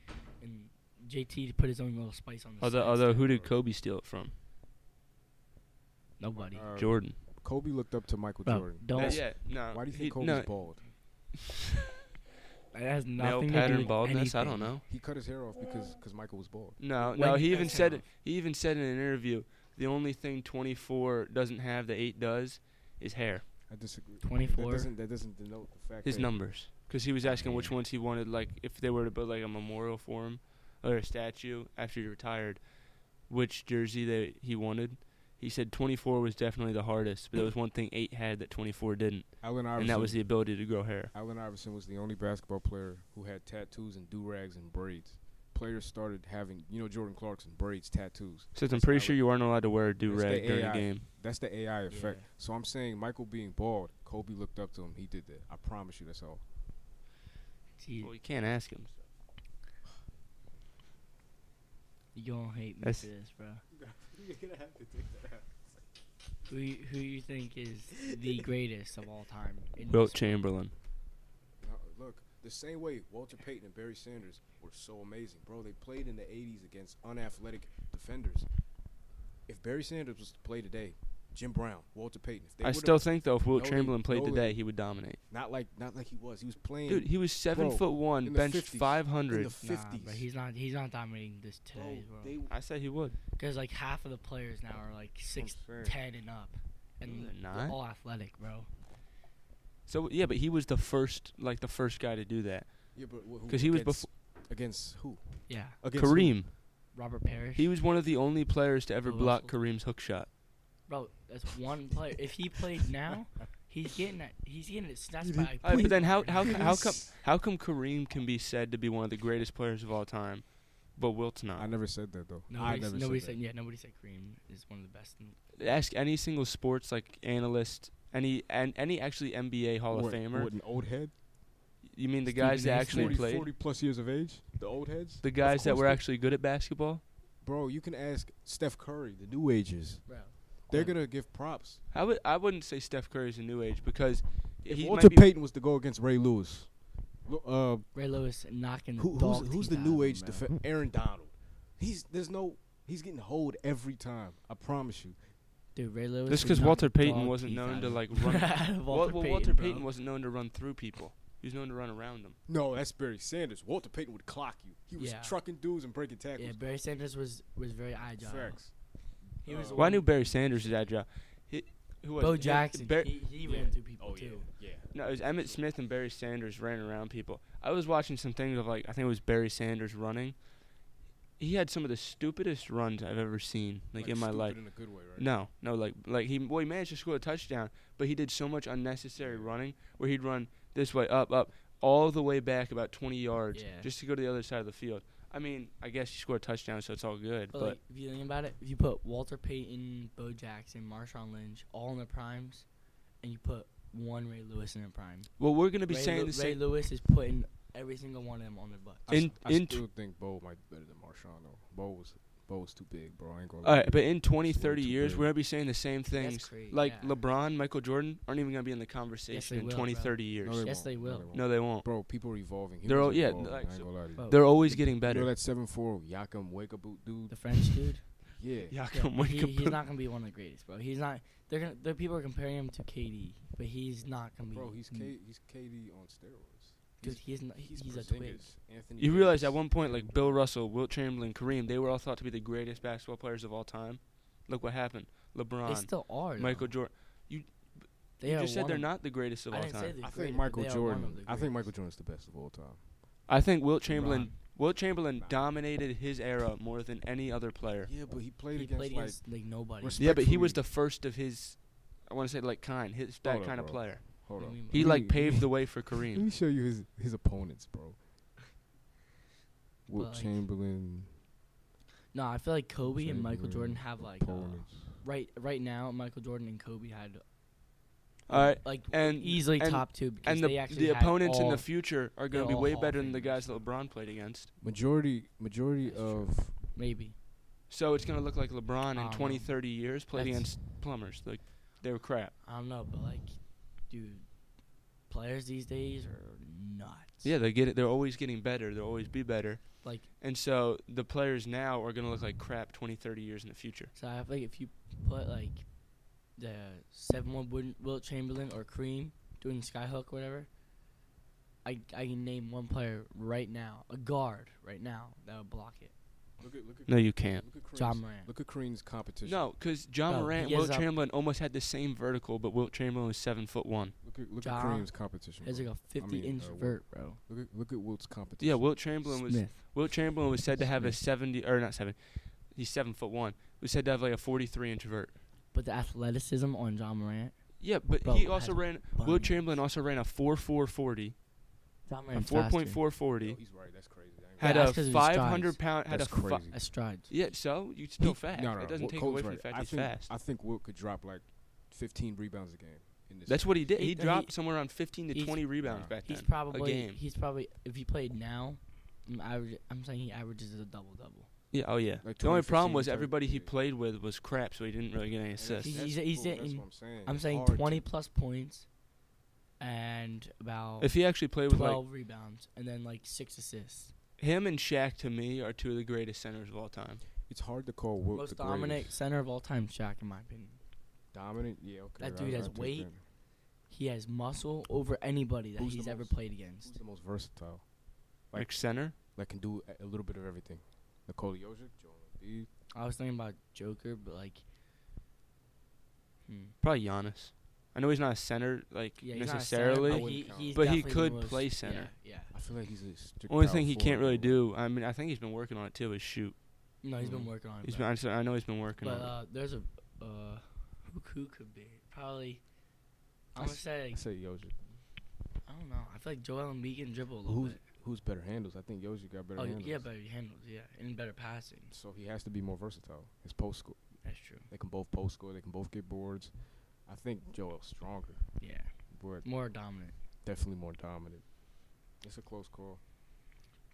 [SPEAKER 3] and JT put his own little spice on the.
[SPEAKER 1] Although
[SPEAKER 3] side
[SPEAKER 1] although
[SPEAKER 3] step.
[SPEAKER 1] who did Kobe steal it from?
[SPEAKER 3] nobody.
[SPEAKER 2] Uh,
[SPEAKER 1] Jordan.
[SPEAKER 2] Kobe looked up to Michael
[SPEAKER 3] Bro,
[SPEAKER 2] Jordan.
[SPEAKER 3] don't.
[SPEAKER 1] Uh, yeah. No.
[SPEAKER 2] Why do you
[SPEAKER 1] he-
[SPEAKER 2] think Kobe's
[SPEAKER 1] no,
[SPEAKER 2] bald?
[SPEAKER 3] That has
[SPEAKER 1] nail
[SPEAKER 3] nothing to do
[SPEAKER 1] pattern
[SPEAKER 3] with
[SPEAKER 1] baldness? I don't
[SPEAKER 3] anything.
[SPEAKER 1] know.
[SPEAKER 2] He cut his hair off because cause Michael was bald.
[SPEAKER 1] No,
[SPEAKER 3] When
[SPEAKER 1] no.
[SPEAKER 3] did
[SPEAKER 1] He
[SPEAKER 3] that
[SPEAKER 1] even
[SPEAKER 3] come
[SPEAKER 1] said
[SPEAKER 3] off?
[SPEAKER 1] it. He even said in an interview, the only thing 24 doesn't have that eight does is hair.
[SPEAKER 2] I disagree. That
[SPEAKER 3] 24.
[SPEAKER 2] doesn't, that doesn't denote the fact
[SPEAKER 1] His
[SPEAKER 2] that
[SPEAKER 1] numbers. Because he was asking which ones he wanted, like if they were to build like a memorial for him or a statue after he retired, which jersey that he wanted. He said 24 was definitely the hardest, but there was one thing eight had that 24 didn't,
[SPEAKER 2] Allen Iverson,
[SPEAKER 1] and that was the ability to grow hair.
[SPEAKER 2] Allen Iverson was the only basketball player who had tattoos and do rags and braids. Players started having, you know, Jordan Clarkson braids, tattoos.
[SPEAKER 1] Since I'm
[SPEAKER 2] That's
[SPEAKER 1] pretty
[SPEAKER 2] how
[SPEAKER 1] sure
[SPEAKER 2] it-
[SPEAKER 1] you aren't allowed to wear a do
[SPEAKER 2] That's
[SPEAKER 1] rag
[SPEAKER 2] the
[SPEAKER 1] during a
[SPEAKER 2] AI.
[SPEAKER 1] game.
[SPEAKER 2] That's the AI effect.
[SPEAKER 3] Yeah.
[SPEAKER 2] So I'm saying Michael being bald, Kobe looked up to him. He did that. I promise you, that's all.
[SPEAKER 3] See,
[SPEAKER 1] Well, you can't ask him.
[SPEAKER 3] you don't hate me
[SPEAKER 1] That's-
[SPEAKER 3] for this, bro. Who you, who you think is the greatest of all time? in
[SPEAKER 1] Wilt
[SPEAKER 3] this-
[SPEAKER 1] Chamberlain.
[SPEAKER 2] Now, look, the same way Walter Payton and Barry Sanders were so amazing, bro. They played in the '80s against unathletic defenders. If Barry Sanders was to play today, Jim Brown, Walter Payton, if they
[SPEAKER 1] I
[SPEAKER 2] would've-
[SPEAKER 1] still think though, if Wilt
[SPEAKER 2] Nolan-
[SPEAKER 1] Chamberlain played
[SPEAKER 2] Nolan-
[SPEAKER 1] today, he would dominate.
[SPEAKER 2] not like not like he was. He was playing.
[SPEAKER 1] Dude, he was seven
[SPEAKER 2] Bro,
[SPEAKER 1] foot one,
[SPEAKER 2] in the
[SPEAKER 1] benched
[SPEAKER 2] 50s,
[SPEAKER 1] five
[SPEAKER 2] in
[SPEAKER 1] hundred.
[SPEAKER 2] the
[SPEAKER 3] Nah,
[SPEAKER 2] 50s.
[SPEAKER 3] but he's not. He's not dominating this
[SPEAKER 2] Bro,
[SPEAKER 3] today's
[SPEAKER 2] they-
[SPEAKER 3] world.
[SPEAKER 1] I said he would.
[SPEAKER 3] Because like half of the players now are like six
[SPEAKER 1] saying.
[SPEAKER 3] ten and up, and
[SPEAKER 1] they're
[SPEAKER 3] they're
[SPEAKER 1] not.
[SPEAKER 3] all athletic, bro.
[SPEAKER 1] So yeah, but he was the first, like the first guy to do that.
[SPEAKER 2] yeah, but wh- who-
[SPEAKER 1] 'Cause he was
[SPEAKER 2] against- against who?
[SPEAKER 3] Yeah,
[SPEAKER 2] Against who?
[SPEAKER 1] Kareem.
[SPEAKER 3] Robert Parrish.
[SPEAKER 1] He was one of the only players to
[SPEAKER 2] Oh,
[SPEAKER 1] ever
[SPEAKER 3] Who
[SPEAKER 1] block
[SPEAKER 3] else was-
[SPEAKER 1] Kareem's hook shot.
[SPEAKER 3] bro, that's one player. If he played now, he's getting that. He's getting it. That's by.
[SPEAKER 1] Alright, but then how how
[SPEAKER 3] Please.
[SPEAKER 1] how come how come Kareem can be said to be one of the greatest players of all time, but Wilt's
[SPEAKER 2] I
[SPEAKER 1] not?
[SPEAKER 2] never said that though. I
[SPEAKER 3] Nobody,
[SPEAKER 2] never
[SPEAKER 3] s- nobody
[SPEAKER 2] said,
[SPEAKER 3] said, yeah. Nobody said Kareem is one of the best. In,
[SPEAKER 1] Ask any single sports like analyst, any and any actually NBA
[SPEAKER 2] that.
[SPEAKER 1] Hall of
[SPEAKER 2] What-
[SPEAKER 1] Famer.
[SPEAKER 2] What an old head.
[SPEAKER 1] You mean the
[SPEAKER 3] Stephen
[SPEAKER 1] guys that
[SPEAKER 3] A.
[SPEAKER 1] actually
[SPEAKER 2] 40,
[SPEAKER 3] Smith.
[SPEAKER 1] played,
[SPEAKER 2] 40 plus years of age. The old heads.
[SPEAKER 1] the
[SPEAKER 2] Of
[SPEAKER 1] guys that
[SPEAKER 2] course
[SPEAKER 1] were
[SPEAKER 2] they-
[SPEAKER 1] actually good at basketball?
[SPEAKER 2] Bro, you can ask Steph Curry, the new ages.
[SPEAKER 3] bro.
[SPEAKER 2] They're
[SPEAKER 3] Yeah.
[SPEAKER 2] gonna give props.
[SPEAKER 1] I would I wouldn't say Steph Curry's a new age because
[SPEAKER 2] If
[SPEAKER 1] he
[SPEAKER 2] Walter
[SPEAKER 1] might be,
[SPEAKER 2] Payton was to go against Ray Lewis, lo- uh,
[SPEAKER 3] Ray Lewis knocking the
[SPEAKER 2] who,
[SPEAKER 3] dog
[SPEAKER 2] who's, who's the
[SPEAKER 3] teeth out
[SPEAKER 2] new
[SPEAKER 3] of
[SPEAKER 2] age
[SPEAKER 3] him, bro.
[SPEAKER 2] defender? Aaron Donald. He's there's no. He's getting hold every time. I promise you.
[SPEAKER 3] Dude, Ray Lewis.
[SPEAKER 1] That's
[SPEAKER 3] would
[SPEAKER 1] 'cause
[SPEAKER 3] knock
[SPEAKER 1] Walter
[SPEAKER 3] the
[SPEAKER 1] Payton
[SPEAKER 3] dog
[SPEAKER 1] wasn't
[SPEAKER 3] teeth
[SPEAKER 1] known
[SPEAKER 3] out
[SPEAKER 1] to,
[SPEAKER 3] of
[SPEAKER 1] like,
[SPEAKER 3] him.
[SPEAKER 1] run-
[SPEAKER 3] Out of
[SPEAKER 1] Well,
[SPEAKER 3] Walter
[SPEAKER 1] well,
[SPEAKER 3] Payton,
[SPEAKER 1] Walter
[SPEAKER 3] bro.
[SPEAKER 1] Payton wasn't known to run through people. He was known to run around them.
[SPEAKER 2] No, that's Barry Sanders. Walter Payton would clock you. He was
[SPEAKER 3] Yeah.
[SPEAKER 2] trucking dudes and breaking tackles.
[SPEAKER 3] Yeah, Barry Sanders was was very agile.
[SPEAKER 2] Facts.
[SPEAKER 3] He was
[SPEAKER 2] Uh,
[SPEAKER 3] the
[SPEAKER 1] Well, I
[SPEAKER 3] one-
[SPEAKER 1] knew Barry Sanders was that job. He, who was
[SPEAKER 3] Bo
[SPEAKER 1] it? He-
[SPEAKER 3] Jackson.
[SPEAKER 1] Bar-
[SPEAKER 3] he he
[SPEAKER 2] yeah.
[SPEAKER 3] ran through people
[SPEAKER 2] Oh yeah,
[SPEAKER 3] too.
[SPEAKER 2] yeah.
[SPEAKER 1] no, it was Emmett Smith and Barry Sanders ran around people. I was watching some things of like I think it was Barry Sanders running. He had some of the stupidest runs I've ever seen, like, in my
[SPEAKER 2] stupid
[SPEAKER 1] life.
[SPEAKER 2] in a good way, right?
[SPEAKER 1] No, no, like like he well he managed to score a touchdown, but he did so much unnecessary running where he'd run this way up up all the way back about 20 yards
[SPEAKER 3] Yeah.
[SPEAKER 1] just to go to the other side of the field. I mean, I guess he scored a touchdown, so it's all good.
[SPEAKER 3] But,
[SPEAKER 1] but
[SPEAKER 3] like, if you think about it, if you put Walter Payton, Bo Jackson, Marshawn Lynch all in their primes, and you put one Ray Lewis in their prime,
[SPEAKER 1] well, we're gonna be
[SPEAKER 3] Ray,
[SPEAKER 1] saying
[SPEAKER 3] Lew-
[SPEAKER 1] the
[SPEAKER 3] Ray
[SPEAKER 1] same.
[SPEAKER 3] Lewis is putting every single one of them on their butt.
[SPEAKER 2] I, s-
[SPEAKER 1] In-
[SPEAKER 2] I
[SPEAKER 1] in tw-
[SPEAKER 2] still think Bo might be better than Marshawn though. Bo was Bo was too big, bro. I ain't gonna.
[SPEAKER 1] All
[SPEAKER 2] lie.
[SPEAKER 1] right, but in 20,
[SPEAKER 2] It's way
[SPEAKER 1] 30
[SPEAKER 2] too
[SPEAKER 1] years,
[SPEAKER 2] big.
[SPEAKER 1] we're gonna be saying the same things.
[SPEAKER 3] crazy,
[SPEAKER 1] Like
[SPEAKER 3] yeah.
[SPEAKER 1] LeBron, Michael Jordan aren't even gonna be in the conversation in
[SPEAKER 3] will,
[SPEAKER 1] 20,
[SPEAKER 3] bro.
[SPEAKER 1] 30 years.
[SPEAKER 2] No, they
[SPEAKER 1] No,
[SPEAKER 3] Yes,
[SPEAKER 2] won't.
[SPEAKER 3] they
[SPEAKER 2] No,
[SPEAKER 3] will.
[SPEAKER 1] they,
[SPEAKER 2] won't.
[SPEAKER 1] won't.
[SPEAKER 2] Bro, people are evolving.
[SPEAKER 1] They're all-
[SPEAKER 2] Humans
[SPEAKER 1] yeah,
[SPEAKER 2] evolve,
[SPEAKER 1] like,
[SPEAKER 2] I ain't
[SPEAKER 1] so-
[SPEAKER 2] gonna lie to you.
[SPEAKER 3] Bro,
[SPEAKER 1] They're always getting
[SPEAKER 2] You
[SPEAKER 1] better.
[SPEAKER 2] know that seven four Yakum wake up dude?
[SPEAKER 3] the French dude.
[SPEAKER 2] yeah.
[SPEAKER 1] Jakob
[SPEAKER 3] Yeah, he, he's
[SPEAKER 1] Wickerpool.
[SPEAKER 3] not gonna be one of the greatest, bro. He's not. They're gonna. The people are comparing him to KD, but he's not gonna be.
[SPEAKER 2] Bro, he's
[SPEAKER 3] mm,
[SPEAKER 2] K, he's KD on steroids.
[SPEAKER 3] Dude,
[SPEAKER 2] he's-
[SPEAKER 3] he's not, he's, a
[SPEAKER 2] Porzingis,
[SPEAKER 3] twig.
[SPEAKER 2] Anthony
[SPEAKER 1] You realize
[SPEAKER 2] Davis.
[SPEAKER 1] at one point, like Bill Russell, Wilt Chamberlain, Kareem, they were all thought to be the greatest basketball players of all time. Look what happened:
[SPEAKER 3] They
[SPEAKER 1] LeBron,
[SPEAKER 3] still are. though.
[SPEAKER 1] Michael Jordan.
[SPEAKER 3] oh, They
[SPEAKER 1] you
[SPEAKER 3] are
[SPEAKER 1] just said
[SPEAKER 3] one
[SPEAKER 1] they're
[SPEAKER 3] of-
[SPEAKER 1] not the greatest of
[SPEAKER 3] I
[SPEAKER 1] all
[SPEAKER 3] didn't say
[SPEAKER 1] time.
[SPEAKER 3] they're
[SPEAKER 2] I
[SPEAKER 3] great,
[SPEAKER 2] think
[SPEAKER 3] but
[SPEAKER 2] Michael
[SPEAKER 3] they are one of
[SPEAKER 2] Jordan.
[SPEAKER 3] the
[SPEAKER 2] I think Michael
[SPEAKER 3] greatest.
[SPEAKER 2] Jordan's the best of all time.
[SPEAKER 1] I think Wilt Chamberlain,
[SPEAKER 3] LeBron.
[SPEAKER 1] Wilt Chamberlain dominated his era more than any other player.
[SPEAKER 2] Yeah, but he played
[SPEAKER 3] He
[SPEAKER 2] against
[SPEAKER 3] played
[SPEAKER 2] like
[SPEAKER 3] against like nobody.
[SPEAKER 2] Respect
[SPEAKER 1] Yeah, but he was
[SPEAKER 2] Respectfully.
[SPEAKER 1] the first of his. I want to say like kind, his
[SPEAKER 2] Hold
[SPEAKER 1] that
[SPEAKER 2] up,
[SPEAKER 1] kind of Mm-hmm.
[SPEAKER 2] bro.
[SPEAKER 1] player.
[SPEAKER 2] hold
[SPEAKER 3] What
[SPEAKER 2] on.
[SPEAKER 3] do you mean,
[SPEAKER 1] He
[SPEAKER 3] bro?
[SPEAKER 1] like paved the way for
[SPEAKER 2] Let
[SPEAKER 1] Kareem.
[SPEAKER 2] me show you his his opponents, bro. Wilt
[SPEAKER 3] But, like,
[SPEAKER 2] Chamberlain.
[SPEAKER 3] No, I feel like Kobe and Michael
[SPEAKER 2] Chamberlain,
[SPEAKER 3] Jordan have like uh,
[SPEAKER 2] opponents.
[SPEAKER 3] right right now. Michael Jordan and Kobe had
[SPEAKER 1] All right,
[SPEAKER 3] like
[SPEAKER 1] and
[SPEAKER 3] easily
[SPEAKER 1] and-
[SPEAKER 3] top two because
[SPEAKER 1] and the
[SPEAKER 3] they actually
[SPEAKER 1] the
[SPEAKER 3] had
[SPEAKER 1] opponents in
[SPEAKER 3] all-
[SPEAKER 1] the future are going
[SPEAKER 3] they're
[SPEAKER 1] to be
[SPEAKER 3] all
[SPEAKER 1] way
[SPEAKER 3] Hall
[SPEAKER 1] better
[SPEAKER 3] of
[SPEAKER 1] than the
[SPEAKER 3] Famers.
[SPEAKER 1] guys that LeBron played against.
[SPEAKER 2] majority majority
[SPEAKER 3] That's true.
[SPEAKER 2] of
[SPEAKER 3] maybe.
[SPEAKER 1] So it's going to look like LeBron in
[SPEAKER 3] Um,
[SPEAKER 1] 20, 30 years played
[SPEAKER 3] that's-
[SPEAKER 1] against plumbers. Like they were crap.
[SPEAKER 3] I don't know, but like, dude, players these days are nuts.
[SPEAKER 1] Yeah, they get it. They're always getting better. They'll always be better.
[SPEAKER 3] Like,
[SPEAKER 1] And so the players now are going to look like crap 20, 30 years in the future.
[SPEAKER 3] so I feel like if you put like the seven-one Wil- Wilt Chamberlain or Cream doing skyhook, whatever. I, I can name one player right now, a guard right now that would block it.
[SPEAKER 2] look at look at
[SPEAKER 1] No, you can't.
[SPEAKER 2] look at Kareem's,
[SPEAKER 3] John Moran.
[SPEAKER 2] look at Kareem's competition.
[SPEAKER 1] No, because John
[SPEAKER 3] No,
[SPEAKER 1] Morant
[SPEAKER 3] he
[SPEAKER 1] and Wilt
[SPEAKER 3] is up-
[SPEAKER 1] Chamberlain almost had the same vertical, but Wilt Chamberlain was seven foot one.
[SPEAKER 2] look at look
[SPEAKER 3] Ja
[SPEAKER 2] at Kareem's competition.
[SPEAKER 3] He's
[SPEAKER 2] bro.
[SPEAKER 3] like a
[SPEAKER 2] mean,
[SPEAKER 3] fifty-inch
[SPEAKER 2] uh, Wilt
[SPEAKER 3] vert, bro.
[SPEAKER 2] Look at look at Wilt's competition.
[SPEAKER 1] Yeah, Wilt Chamberlain was
[SPEAKER 3] Smith.
[SPEAKER 1] Wilt Chamberlain was said to have a seventy or not seven. He's seven foot one. Was said to have like a forty three inch vert.
[SPEAKER 3] But the athleticism on John Morant,
[SPEAKER 1] Yeah, but
[SPEAKER 3] Bro,
[SPEAKER 1] he
[SPEAKER 3] I
[SPEAKER 1] also
[SPEAKER 3] had
[SPEAKER 1] ran. Wilt
[SPEAKER 3] buns.
[SPEAKER 1] Chamberlain also ran a four four forty,
[SPEAKER 3] John
[SPEAKER 1] a
[SPEAKER 3] Morant
[SPEAKER 1] four point four
[SPEAKER 2] Yo,
[SPEAKER 1] forty.
[SPEAKER 2] Oh, he's right. That's crazy. I ain't
[SPEAKER 1] Had
[SPEAKER 3] Yeah,
[SPEAKER 2] gonna
[SPEAKER 1] a
[SPEAKER 3] that's 'cause of his
[SPEAKER 1] five hundred
[SPEAKER 3] strides.
[SPEAKER 1] pound. Had
[SPEAKER 2] That's
[SPEAKER 1] a fi-
[SPEAKER 2] crazy.
[SPEAKER 3] I stride.
[SPEAKER 1] Yeah, so you still fast.
[SPEAKER 2] No, no, no.
[SPEAKER 1] It doesn't
[SPEAKER 2] Wilt-
[SPEAKER 1] take
[SPEAKER 2] Cole's
[SPEAKER 1] away from
[SPEAKER 2] right.
[SPEAKER 1] the fact
[SPEAKER 2] I
[SPEAKER 1] he's
[SPEAKER 2] think,
[SPEAKER 1] fast.
[SPEAKER 2] I think Wilt could drop like 15 rebounds a game. In this
[SPEAKER 1] That's what he did. He,
[SPEAKER 3] He-
[SPEAKER 1] dropped
[SPEAKER 3] he-
[SPEAKER 1] somewhere around 15 to
[SPEAKER 3] he's-
[SPEAKER 1] 20 rebounds
[SPEAKER 2] Nah.
[SPEAKER 1] back then.
[SPEAKER 3] He's probably
[SPEAKER 1] a game.
[SPEAKER 3] he's probably if he played now, I'm average, I'm saying he averages a double double.
[SPEAKER 1] yeah, oh yeah.
[SPEAKER 2] Like
[SPEAKER 1] the only
[SPEAKER 2] 20,
[SPEAKER 1] problem was
[SPEAKER 2] 15,
[SPEAKER 1] everybody he
[SPEAKER 2] 30.
[SPEAKER 1] played with was crap, so he didn't really get any
[SPEAKER 2] And that's-
[SPEAKER 1] assists.
[SPEAKER 3] He's-
[SPEAKER 2] that's
[SPEAKER 3] he's-
[SPEAKER 2] cool. That's
[SPEAKER 3] he's-
[SPEAKER 2] what I'm saying.
[SPEAKER 3] I'm
[SPEAKER 2] It's
[SPEAKER 3] saying
[SPEAKER 2] hard to-
[SPEAKER 3] 20 plus points, and about
[SPEAKER 1] If he actually played with
[SPEAKER 3] 12
[SPEAKER 1] like
[SPEAKER 3] rebounds, and then like six assists.
[SPEAKER 1] him and Shaq, to me, are two of the greatest centers of all time.
[SPEAKER 2] It's hard to call Wilt
[SPEAKER 3] Most
[SPEAKER 2] the
[SPEAKER 3] dominant
[SPEAKER 2] greatest.
[SPEAKER 3] center of all time, Shaq, in my opinion.
[SPEAKER 2] Dominant. Yeah. Okay.
[SPEAKER 3] That
[SPEAKER 2] I-
[SPEAKER 3] dude has
[SPEAKER 2] I'll take
[SPEAKER 3] weight.
[SPEAKER 2] that.
[SPEAKER 3] He has muscle over anybody that
[SPEAKER 2] Who's the
[SPEAKER 3] he's ever
[SPEAKER 2] most-
[SPEAKER 3] played
[SPEAKER 2] Who's
[SPEAKER 3] against.
[SPEAKER 2] the most versatile?
[SPEAKER 1] Like,
[SPEAKER 2] Like-
[SPEAKER 1] center?
[SPEAKER 2] Like can do a, a little bit of everything. Nikola Jokic, Joel Embiid.
[SPEAKER 3] I was thinking about Joker, but like, hmm.
[SPEAKER 1] Probably Giannis. I know he's not a center like
[SPEAKER 3] yeah, he's not a center,
[SPEAKER 1] necessarily.
[SPEAKER 2] I
[SPEAKER 3] but he,
[SPEAKER 2] wouldn't count.
[SPEAKER 3] he's
[SPEAKER 1] But he
[SPEAKER 3] definitely the
[SPEAKER 1] could
[SPEAKER 3] most-
[SPEAKER 1] play
[SPEAKER 3] yeah,
[SPEAKER 1] center.
[SPEAKER 3] Yeah,
[SPEAKER 2] I feel like he's a strict
[SPEAKER 1] only
[SPEAKER 2] power
[SPEAKER 1] thing he
[SPEAKER 2] forward,
[SPEAKER 1] can't really
[SPEAKER 2] bro.
[SPEAKER 1] do, I mean, I think he's been working on it too, is shoot.
[SPEAKER 3] no, he's been
[SPEAKER 2] Mm.
[SPEAKER 3] working on it.
[SPEAKER 1] He's
[SPEAKER 3] but-
[SPEAKER 1] been, I'm sorry, I know he's been working
[SPEAKER 3] But
[SPEAKER 1] on it.
[SPEAKER 3] uh, there's a uh, who, who could be probably.
[SPEAKER 2] I
[SPEAKER 3] I'm gonna
[SPEAKER 2] s-
[SPEAKER 3] say
[SPEAKER 2] I say Jokic.
[SPEAKER 3] I don't know. I feel like Joel Embiid can dribble a little
[SPEAKER 2] Who's
[SPEAKER 3] bit.
[SPEAKER 2] who's better handles? I think Jokic got better
[SPEAKER 3] oh
[SPEAKER 2] handles.
[SPEAKER 3] yeah, better handles. Yeah, and better passing.
[SPEAKER 2] So he has to be more versatile. His post score,
[SPEAKER 3] That's true.
[SPEAKER 2] they can both post score. They can both get boards. I think Joel's stronger,
[SPEAKER 3] Yeah,
[SPEAKER 2] but
[SPEAKER 3] more dominant.
[SPEAKER 2] definitely more dominant. It's a close call.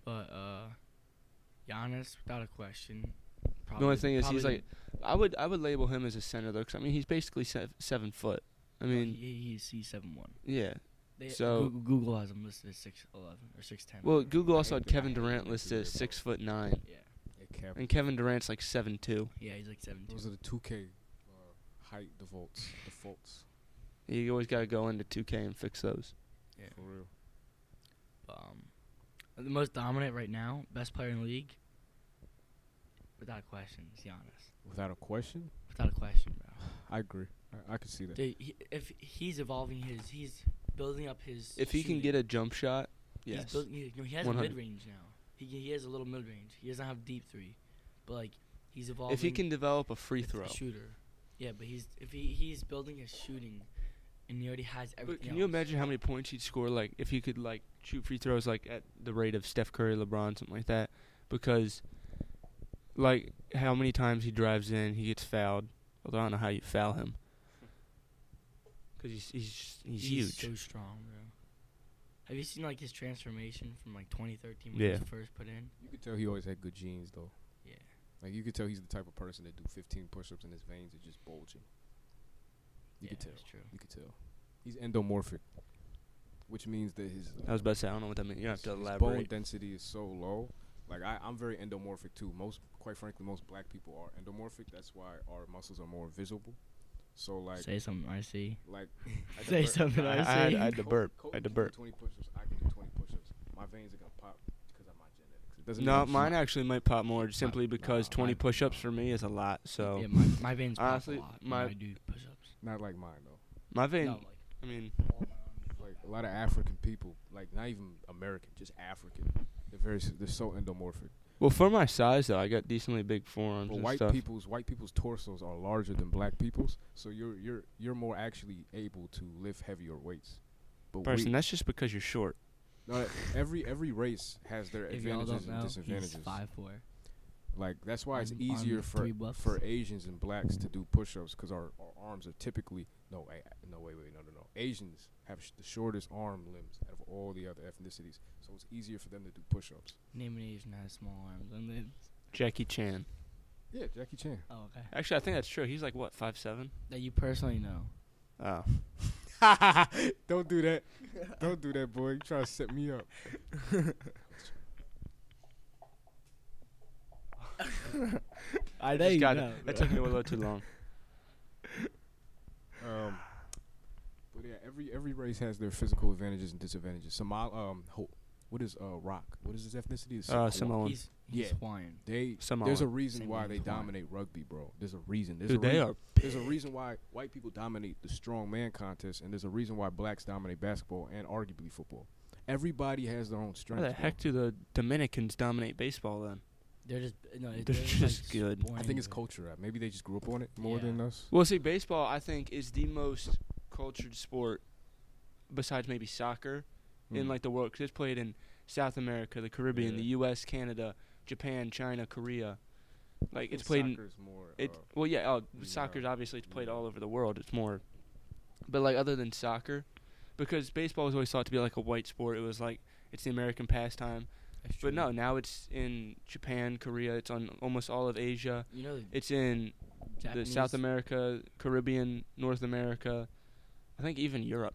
[SPEAKER 3] But uh, Giannis, without a question. Probably,
[SPEAKER 1] the only thing is,
[SPEAKER 3] probably
[SPEAKER 1] he's
[SPEAKER 3] the-
[SPEAKER 1] like, I would I would label him as a center, though, 'cause I mean, he's basically sev- seven foot. I mean,
[SPEAKER 3] oh, he, he's he's seven one.
[SPEAKER 1] yeah.
[SPEAKER 3] They,
[SPEAKER 1] So-
[SPEAKER 3] Google, Google has him listed as six eleven or six ten.
[SPEAKER 1] Well, Google also had
[SPEAKER 2] Right.
[SPEAKER 1] Kevin Durant listed as six foot nine,
[SPEAKER 3] yeah,
[SPEAKER 2] It cap.
[SPEAKER 1] and Kevin Durant's like seven two.
[SPEAKER 3] yeah, he's like seven
[SPEAKER 2] Those are the two K uh, height defaults. Defaults
[SPEAKER 1] You always got to go into 2K and fix those.
[SPEAKER 3] Yeah.
[SPEAKER 2] for real.
[SPEAKER 3] um, the most dominant right now, best player in the league. without question. Let's be honest.
[SPEAKER 2] Without a question,
[SPEAKER 3] Without a question, bro.
[SPEAKER 2] I agree. I, I could see that.
[SPEAKER 3] Dude, he, if he's evolving his, he's building up his.
[SPEAKER 1] If he can
[SPEAKER 3] shooting.
[SPEAKER 1] get a jump shot,
[SPEAKER 3] He's
[SPEAKER 1] yes.
[SPEAKER 3] built- he, no, he has a
[SPEAKER 1] 100.
[SPEAKER 3] mid range now. He he has a little mid range. He doesn't have deep three, but like he's evolving.
[SPEAKER 1] If he can develop a free
[SPEAKER 3] as
[SPEAKER 1] throw.
[SPEAKER 3] a shooter, yeah. But he's if he he's building his shooting, and he already has everything.
[SPEAKER 1] But can you
[SPEAKER 3] else.
[SPEAKER 1] imagine how many points he'd score like if he could like shoot free throws like at the rate of Steph Curry, LeBron, something like that? Because like how many times he drives in, he gets fouled. Although I don't know how you foul him. Cuz he's he's he's, huge.
[SPEAKER 3] So strong, bro. Have you seen like his transformation from like 2013 when
[SPEAKER 1] Yeah.
[SPEAKER 3] he was first put in?
[SPEAKER 2] You could tell he always had good genes, though.
[SPEAKER 3] Yeah.
[SPEAKER 2] Like you could tell he's the type of person that do 15 push-ups and his veins are just bulging. You
[SPEAKER 3] yeah,
[SPEAKER 2] could tell.
[SPEAKER 3] That's true.
[SPEAKER 2] You could tell. He's endomorphic, which means that his
[SPEAKER 1] I was about to say I don't know what that means. You have to
[SPEAKER 2] his bone
[SPEAKER 1] elaborate.
[SPEAKER 2] density is so low. Like I, I'm very endomorphic too. Most, quite frankly, most black people are endomorphic. That's why our muscles are more visible. So like,
[SPEAKER 3] Say something I see.
[SPEAKER 2] like I
[SPEAKER 3] Say
[SPEAKER 2] divert-
[SPEAKER 3] something I
[SPEAKER 1] I- I had-
[SPEAKER 3] see.
[SPEAKER 1] I had to
[SPEAKER 2] Kobe-
[SPEAKER 1] burp. I
[SPEAKER 2] Kobe
[SPEAKER 1] had to
[SPEAKER 2] can do
[SPEAKER 1] burp.
[SPEAKER 2] 20 push-ups. I can do 20 push-ups. My veins are gonna pop because of my genetics. It doesn't
[SPEAKER 1] No,
[SPEAKER 2] mean-
[SPEAKER 1] mine actually might pop more simply
[SPEAKER 2] nah,
[SPEAKER 1] because
[SPEAKER 2] mine-
[SPEAKER 1] 20 push-ups for me is a lot. So
[SPEAKER 3] yeah, my, my veins pop
[SPEAKER 1] Honestly,
[SPEAKER 3] a lot
[SPEAKER 1] my-
[SPEAKER 3] when I do push-ups.
[SPEAKER 2] Not like mine though.
[SPEAKER 1] my vein,
[SPEAKER 3] No, like,
[SPEAKER 1] I mean,
[SPEAKER 2] like a lot of African people, like not even American, just African. They're very, s- they're so endomorphic.
[SPEAKER 1] well for my size though, I got decently big forearms
[SPEAKER 2] But
[SPEAKER 1] and
[SPEAKER 2] white
[SPEAKER 1] stuff.
[SPEAKER 2] people's white people's torsos are larger than black people's, so you're you're you're more actually able to lift heavier weights. But we-
[SPEAKER 1] Person, that's just because you're short.
[SPEAKER 2] no, every every race has their
[SPEAKER 3] if y'all
[SPEAKER 2] advantages
[SPEAKER 3] don't
[SPEAKER 2] and
[SPEAKER 3] know,
[SPEAKER 2] disadvantages.
[SPEAKER 3] he's five four.
[SPEAKER 2] Like that's why it's
[SPEAKER 3] I'm- I'm
[SPEAKER 2] easier for
[SPEAKER 3] three buffs.
[SPEAKER 2] for Asians and blacks to do push-ups because our, our arms are typically no I, no wait wait no no no Asians have sh- the shortest arm limbs out of all the other ethnicities, so it's easier for them to do push-ups.
[SPEAKER 3] Name an Asian that has small arms, and then
[SPEAKER 1] Jackie Chan.
[SPEAKER 2] Yeah, Jackie Chan.
[SPEAKER 3] oh okay.
[SPEAKER 1] Actually, I think that's true. He's like what five seven.
[SPEAKER 3] That you personally know.
[SPEAKER 1] Oh,
[SPEAKER 2] Don't do that. Don't do that, boy. You trying to set me up.
[SPEAKER 3] I
[SPEAKER 1] Just got it. That took me a little too long.
[SPEAKER 2] Um, but yeah, every every race has their physical advantages and disadvantages. Somal, um, ho- what is uh rock? What is his ethnicity? It's
[SPEAKER 1] Uh,
[SPEAKER 2] Samoan.
[SPEAKER 1] Samoan.
[SPEAKER 3] He's, he's
[SPEAKER 2] Yeah.
[SPEAKER 3] Hawaiian.
[SPEAKER 2] They
[SPEAKER 1] Samoan.
[SPEAKER 2] there's a reason
[SPEAKER 3] Same
[SPEAKER 2] why
[SPEAKER 3] with
[SPEAKER 2] they
[SPEAKER 3] Hawaiian.
[SPEAKER 2] dominate rugby, bro. There's a reason. There's
[SPEAKER 1] Dude,
[SPEAKER 2] a
[SPEAKER 1] they
[SPEAKER 2] reason.
[SPEAKER 1] are.
[SPEAKER 2] There's a reason why white people dominate the strong man contest, and there's a reason why blacks dominate basketball and arguably football. Everybody has their own
[SPEAKER 1] Why
[SPEAKER 2] strengths.
[SPEAKER 1] the
[SPEAKER 2] bro.
[SPEAKER 1] heck do the Dominicans dominate baseball then?
[SPEAKER 3] They're just no. They're,
[SPEAKER 1] just
[SPEAKER 3] like,
[SPEAKER 1] good.
[SPEAKER 2] I
[SPEAKER 3] born
[SPEAKER 2] think it's
[SPEAKER 3] with-
[SPEAKER 2] culture. uh, Maybe they just grew up on it more
[SPEAKER 3] Yeah.
[SPEAKER 2] than us.
[SPEAKER 1] Well, see, baseball I think is the most cultured sport, besides maybe soccer, in
[SPEAKER 2] Mm.
[SPEAKER 1] like the world because it's played in South America, the Caribbean,
[SPEAKER 3] Yeah.
[SPEAKER 1] the U.S., Canada, Japan, China, Korea. Like it's
[SPEAKER 2] think
[SPEAKER 1] played in
[SPEAKER 2] soccer's more.
[SPEAKER 1] It
[SPEAKER 2] uh,
[SPEAKER 1] well, yeah. Oh,
[SPEAKER 2] you
[SPEAKER 1] soccer's
[SPEAKER 2] know,
[SPEAKER 1] obviously it's played
[SPEAKER 2] yeah.
[SPEAKER 1] all over the world. It's more, but like other than soccer, because baseball was always thought to be like a white sport. It was like it's the American pastime.
[SPEAKER 3] That's true.
[SPEAKER 1] But no, now it's in Japan, Korea. It's on almost all of Asia.
[SPEAKER 3] you know the
[SPEAKER 1] It's in
[SPEAKER 3] Japanese,
[SPEAKER 1] the South America, Caribbean, North America. I think even Europe.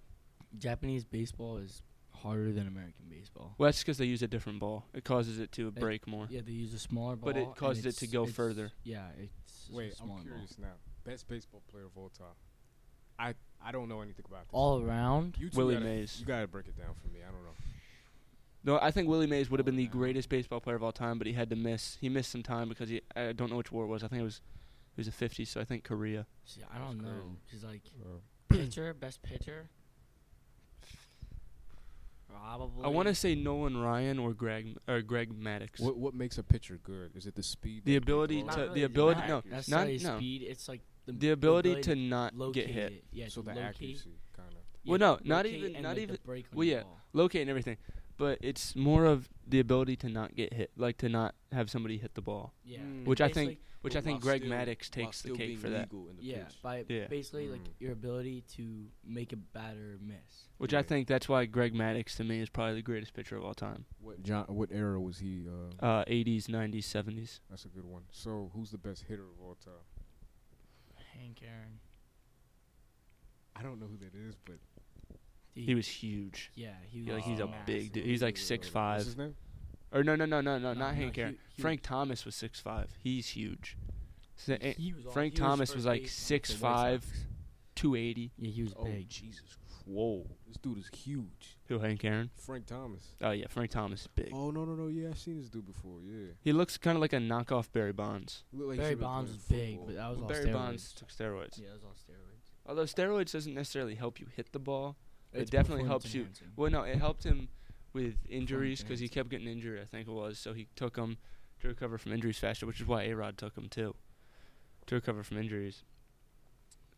[SPEAKER 3] Japanese baseball is harder than American baseball.
[SPEAKER 1] Well, that's because they use a different ball. It causes it to
[SPEAKER 3] They-
[SPEAKER 1] break more.
[SPEAKER 3] Yeah, they use a smaller ball.
[SPEAKER 1] But it
[SPEAKER 3] and
[SPEAKER 1] caused it
[SPEAKER 3] it's-
[SPEAKER 1] to go
[SPEAKER 3] it's-
[SPEAKER 1] further.
[SPEAKER 3] Yeah, it's just a
[SPEAKER 2] Wait,
[SPEAKER 3] smaller
[SPEAKER 2] I'm
[SPEAKER 3] ball.
[SPEAKER 2] curious now. Best baseball player of all time. I I don't know anything about this.
[SPEAKER 3] All around,
[SPEAKER 2] you two
[SPEAKER 1] Willie
[SPEAKER 2] gotta-
[SPEAKER 1] Mays.
[SPEAKER 2] You gotta break it down for me. I don't know.
[SPEAKER 1] No, I think Willie Mays would have been the
[SPEAKER 3] Wow.
[SPEAKER 1] greatest baseball player of all time, but he had to miss. He missed some time because he. I don't know which war it was. I think it was. It was the 50s, so I think Korea.
[SPEAKER 3] see, I don't
[SPEAKER 2] That's
[SPEAKER 3] know, cause like
[SPEAKER 2] Uh,
[SPEAKER 3] pitcher, best pitcher, probably.
[SPEAKER 1] I want to say Nolan Ryan or Greg or Greg Maddox.
[SPEAKER 2] what what makes a pitcher good? Is it the speed?
[SPEAKER 1] The
[SPEAKER 2] that they
[SPEAKER 1] ability
[SPEAKER 2] throw?
[SPEAKER 3] Not
[SPEAKER 1] to-
[SPEAKER 3] really
[SPEAKER 1] the ability- no,
[SPEAKER 3] accuracy.
[SPEAKER 1] not-
[SPEAKER 3] necessarily
[SPEAKER 1] no.
[SPEAKER 3] speed. It's like the,
[SPEAKER 1] the ability to not get
[SPEAKER 3] locate
[SPEAKER 1] hit,
[SPEAKER 3] it. Yeah,
[SPEAKER 2] so
[SPEAKER 3] to
[SPEAKER 2] the
[SPEAKER 3] locate-
[SPEAKER 2] accuracy kind of.
[SPEAKER 1] Well,
[SPEAKER 3] yeah,
[SPEAKER 1] no, not
[SPEAKER 3] locate
[SPEAKER 1] even-
[SPEAKER 3] and,
[SPEAKER 1] not
[SPEAKER 3] like,
[SPEAKER 1] even-
[SPEAKER 3] The break on
[SPEAKER 1] well,
[SPEAKER 3] the
[SPEAKER 1] yeah.
[SPEAKER 3] ball.
[SPEAKER 1] locate, and everything, but it's more of the ability to not get hit, like to not have somebody hit the ball,
[SPEAKER 3] Yeah.
[SPEAKER 2] Mm.
[SPEAKER 1] which I
[SPEAKER 3] Basically-
[SPEAKER 1] think, which I think Greg Maddox takes the cake for that.
[SPEAKER 3] Yeah, by
[SPEAKER 1] Yeah.
[SPEAKER 3] basically like
[SPEAKER 2] Mm.
[SPEAKER 3] your ability to make a batter miss.
[SPEAKER 1] Which I
[SPEAKER 2] Yeah.
[SPEAKER 1] think that's why Greg Maddox to me is probably the greatest pitcher of all time.
[SPEAKER 2] What John? What era was he? Uh,
[SPEAKER 1] Uh, 80s, 90s, 70s.
[SPEAKER 2] that's a good one. So who's the best hitter of all time?
[SPEAKER 3] Hank Aaron.
[SPEAKER 2] I don't know who that is, but
[SPEAKER 1] He was huge.
[SPEAKER 3] Yeah, he was
[SPEAKER 1] Yeah, like he's a
[SPEAKER 2] Uh,
[SPEAKER 1] big dude.
[SPEAKER 2] who
[SPEAKER 1] He's
[SPEAKER 2] is
[SPEAKER 1] like
[SPEAKER 2] it?
[SPEAKER 1] 6'5".
[SPEAKER 2] What's his name?
[SPEAKER 1] Or no, no, no, no, no,
[SPEAKER 3] No,
[SPEAKER 1] not
[SPEAKER 3] no,
[SPEAKER 1] Hank Aaron.
[SPEAKER 3] hu- huge.
[SPEAKER 1] Frank Thomas was six five. He's huge. So, eh,
[SPEAKER 3] He was all-
[SPEAKER 1] Frank
[SPEAKER 3] he
[SPEAKER 1] Thomas
[SPEAKER 3] first
[SPEAKER 1] was like
[SPEAKER 3] baseman for the White
[SPEAKER 1] 6'5".
[SPEAKER 3] Sox.
[SPEAKER 1] 280.
[SPEAKER 3] Yeah, he was
[SPEAKER 2] Oh
[SPEAKER 3] big.
[SPEAKER 2] Jesus
[SPEAKER 1] Whoa.
[SPEAKER 2] This dude is huge.
[SPEAKER 1] Who, Hank Aaron?
[SPEAKER 2] Frank Thomas.
[SPEAKER 1] Oh, yeah, Frank Thomas is big.
[SPEAKER 2] Oh no no no! Yeah, I've seen this dude before. Yeah.
[SPEAKER 1] He looks kind of like a knockoff Barry Bonds.
[SPEAKER 2] He looked like he
[SPEAKER 3] Barry
[SPEAKER 2] should've been
[SPEAKER 3] Bonds was
[SPEAKER 2] playing
[SPEAKER 3] big,
[SPEAKER 2] football.
[SPEAKER 3] but that was all
[SPEAKER 1] Barry
[SPEAKER 3] steroids.
[SPEAKER 1] Bonds took steroids.
[SPEAKER 3] Yeah, that was all steroids.
[SPEAKER 1] Although steroids doesn't necessarily help you hit the ball.
[SPEAKER 3] It's
[SPEAKER 1] definitely
[SPEAKER 3] performance
[SPEAKER 1] helps you.
[SPEAKER 3] enhancing.
[SPEAKER 1] Well, no, it helped him with injuries because he
[SPEAKER 3] enhancing.
[SPEAKER 1] kept getting injured. I think it was so he took him to recover from injuries faster, which is why A Rod took him too to recover from injuries.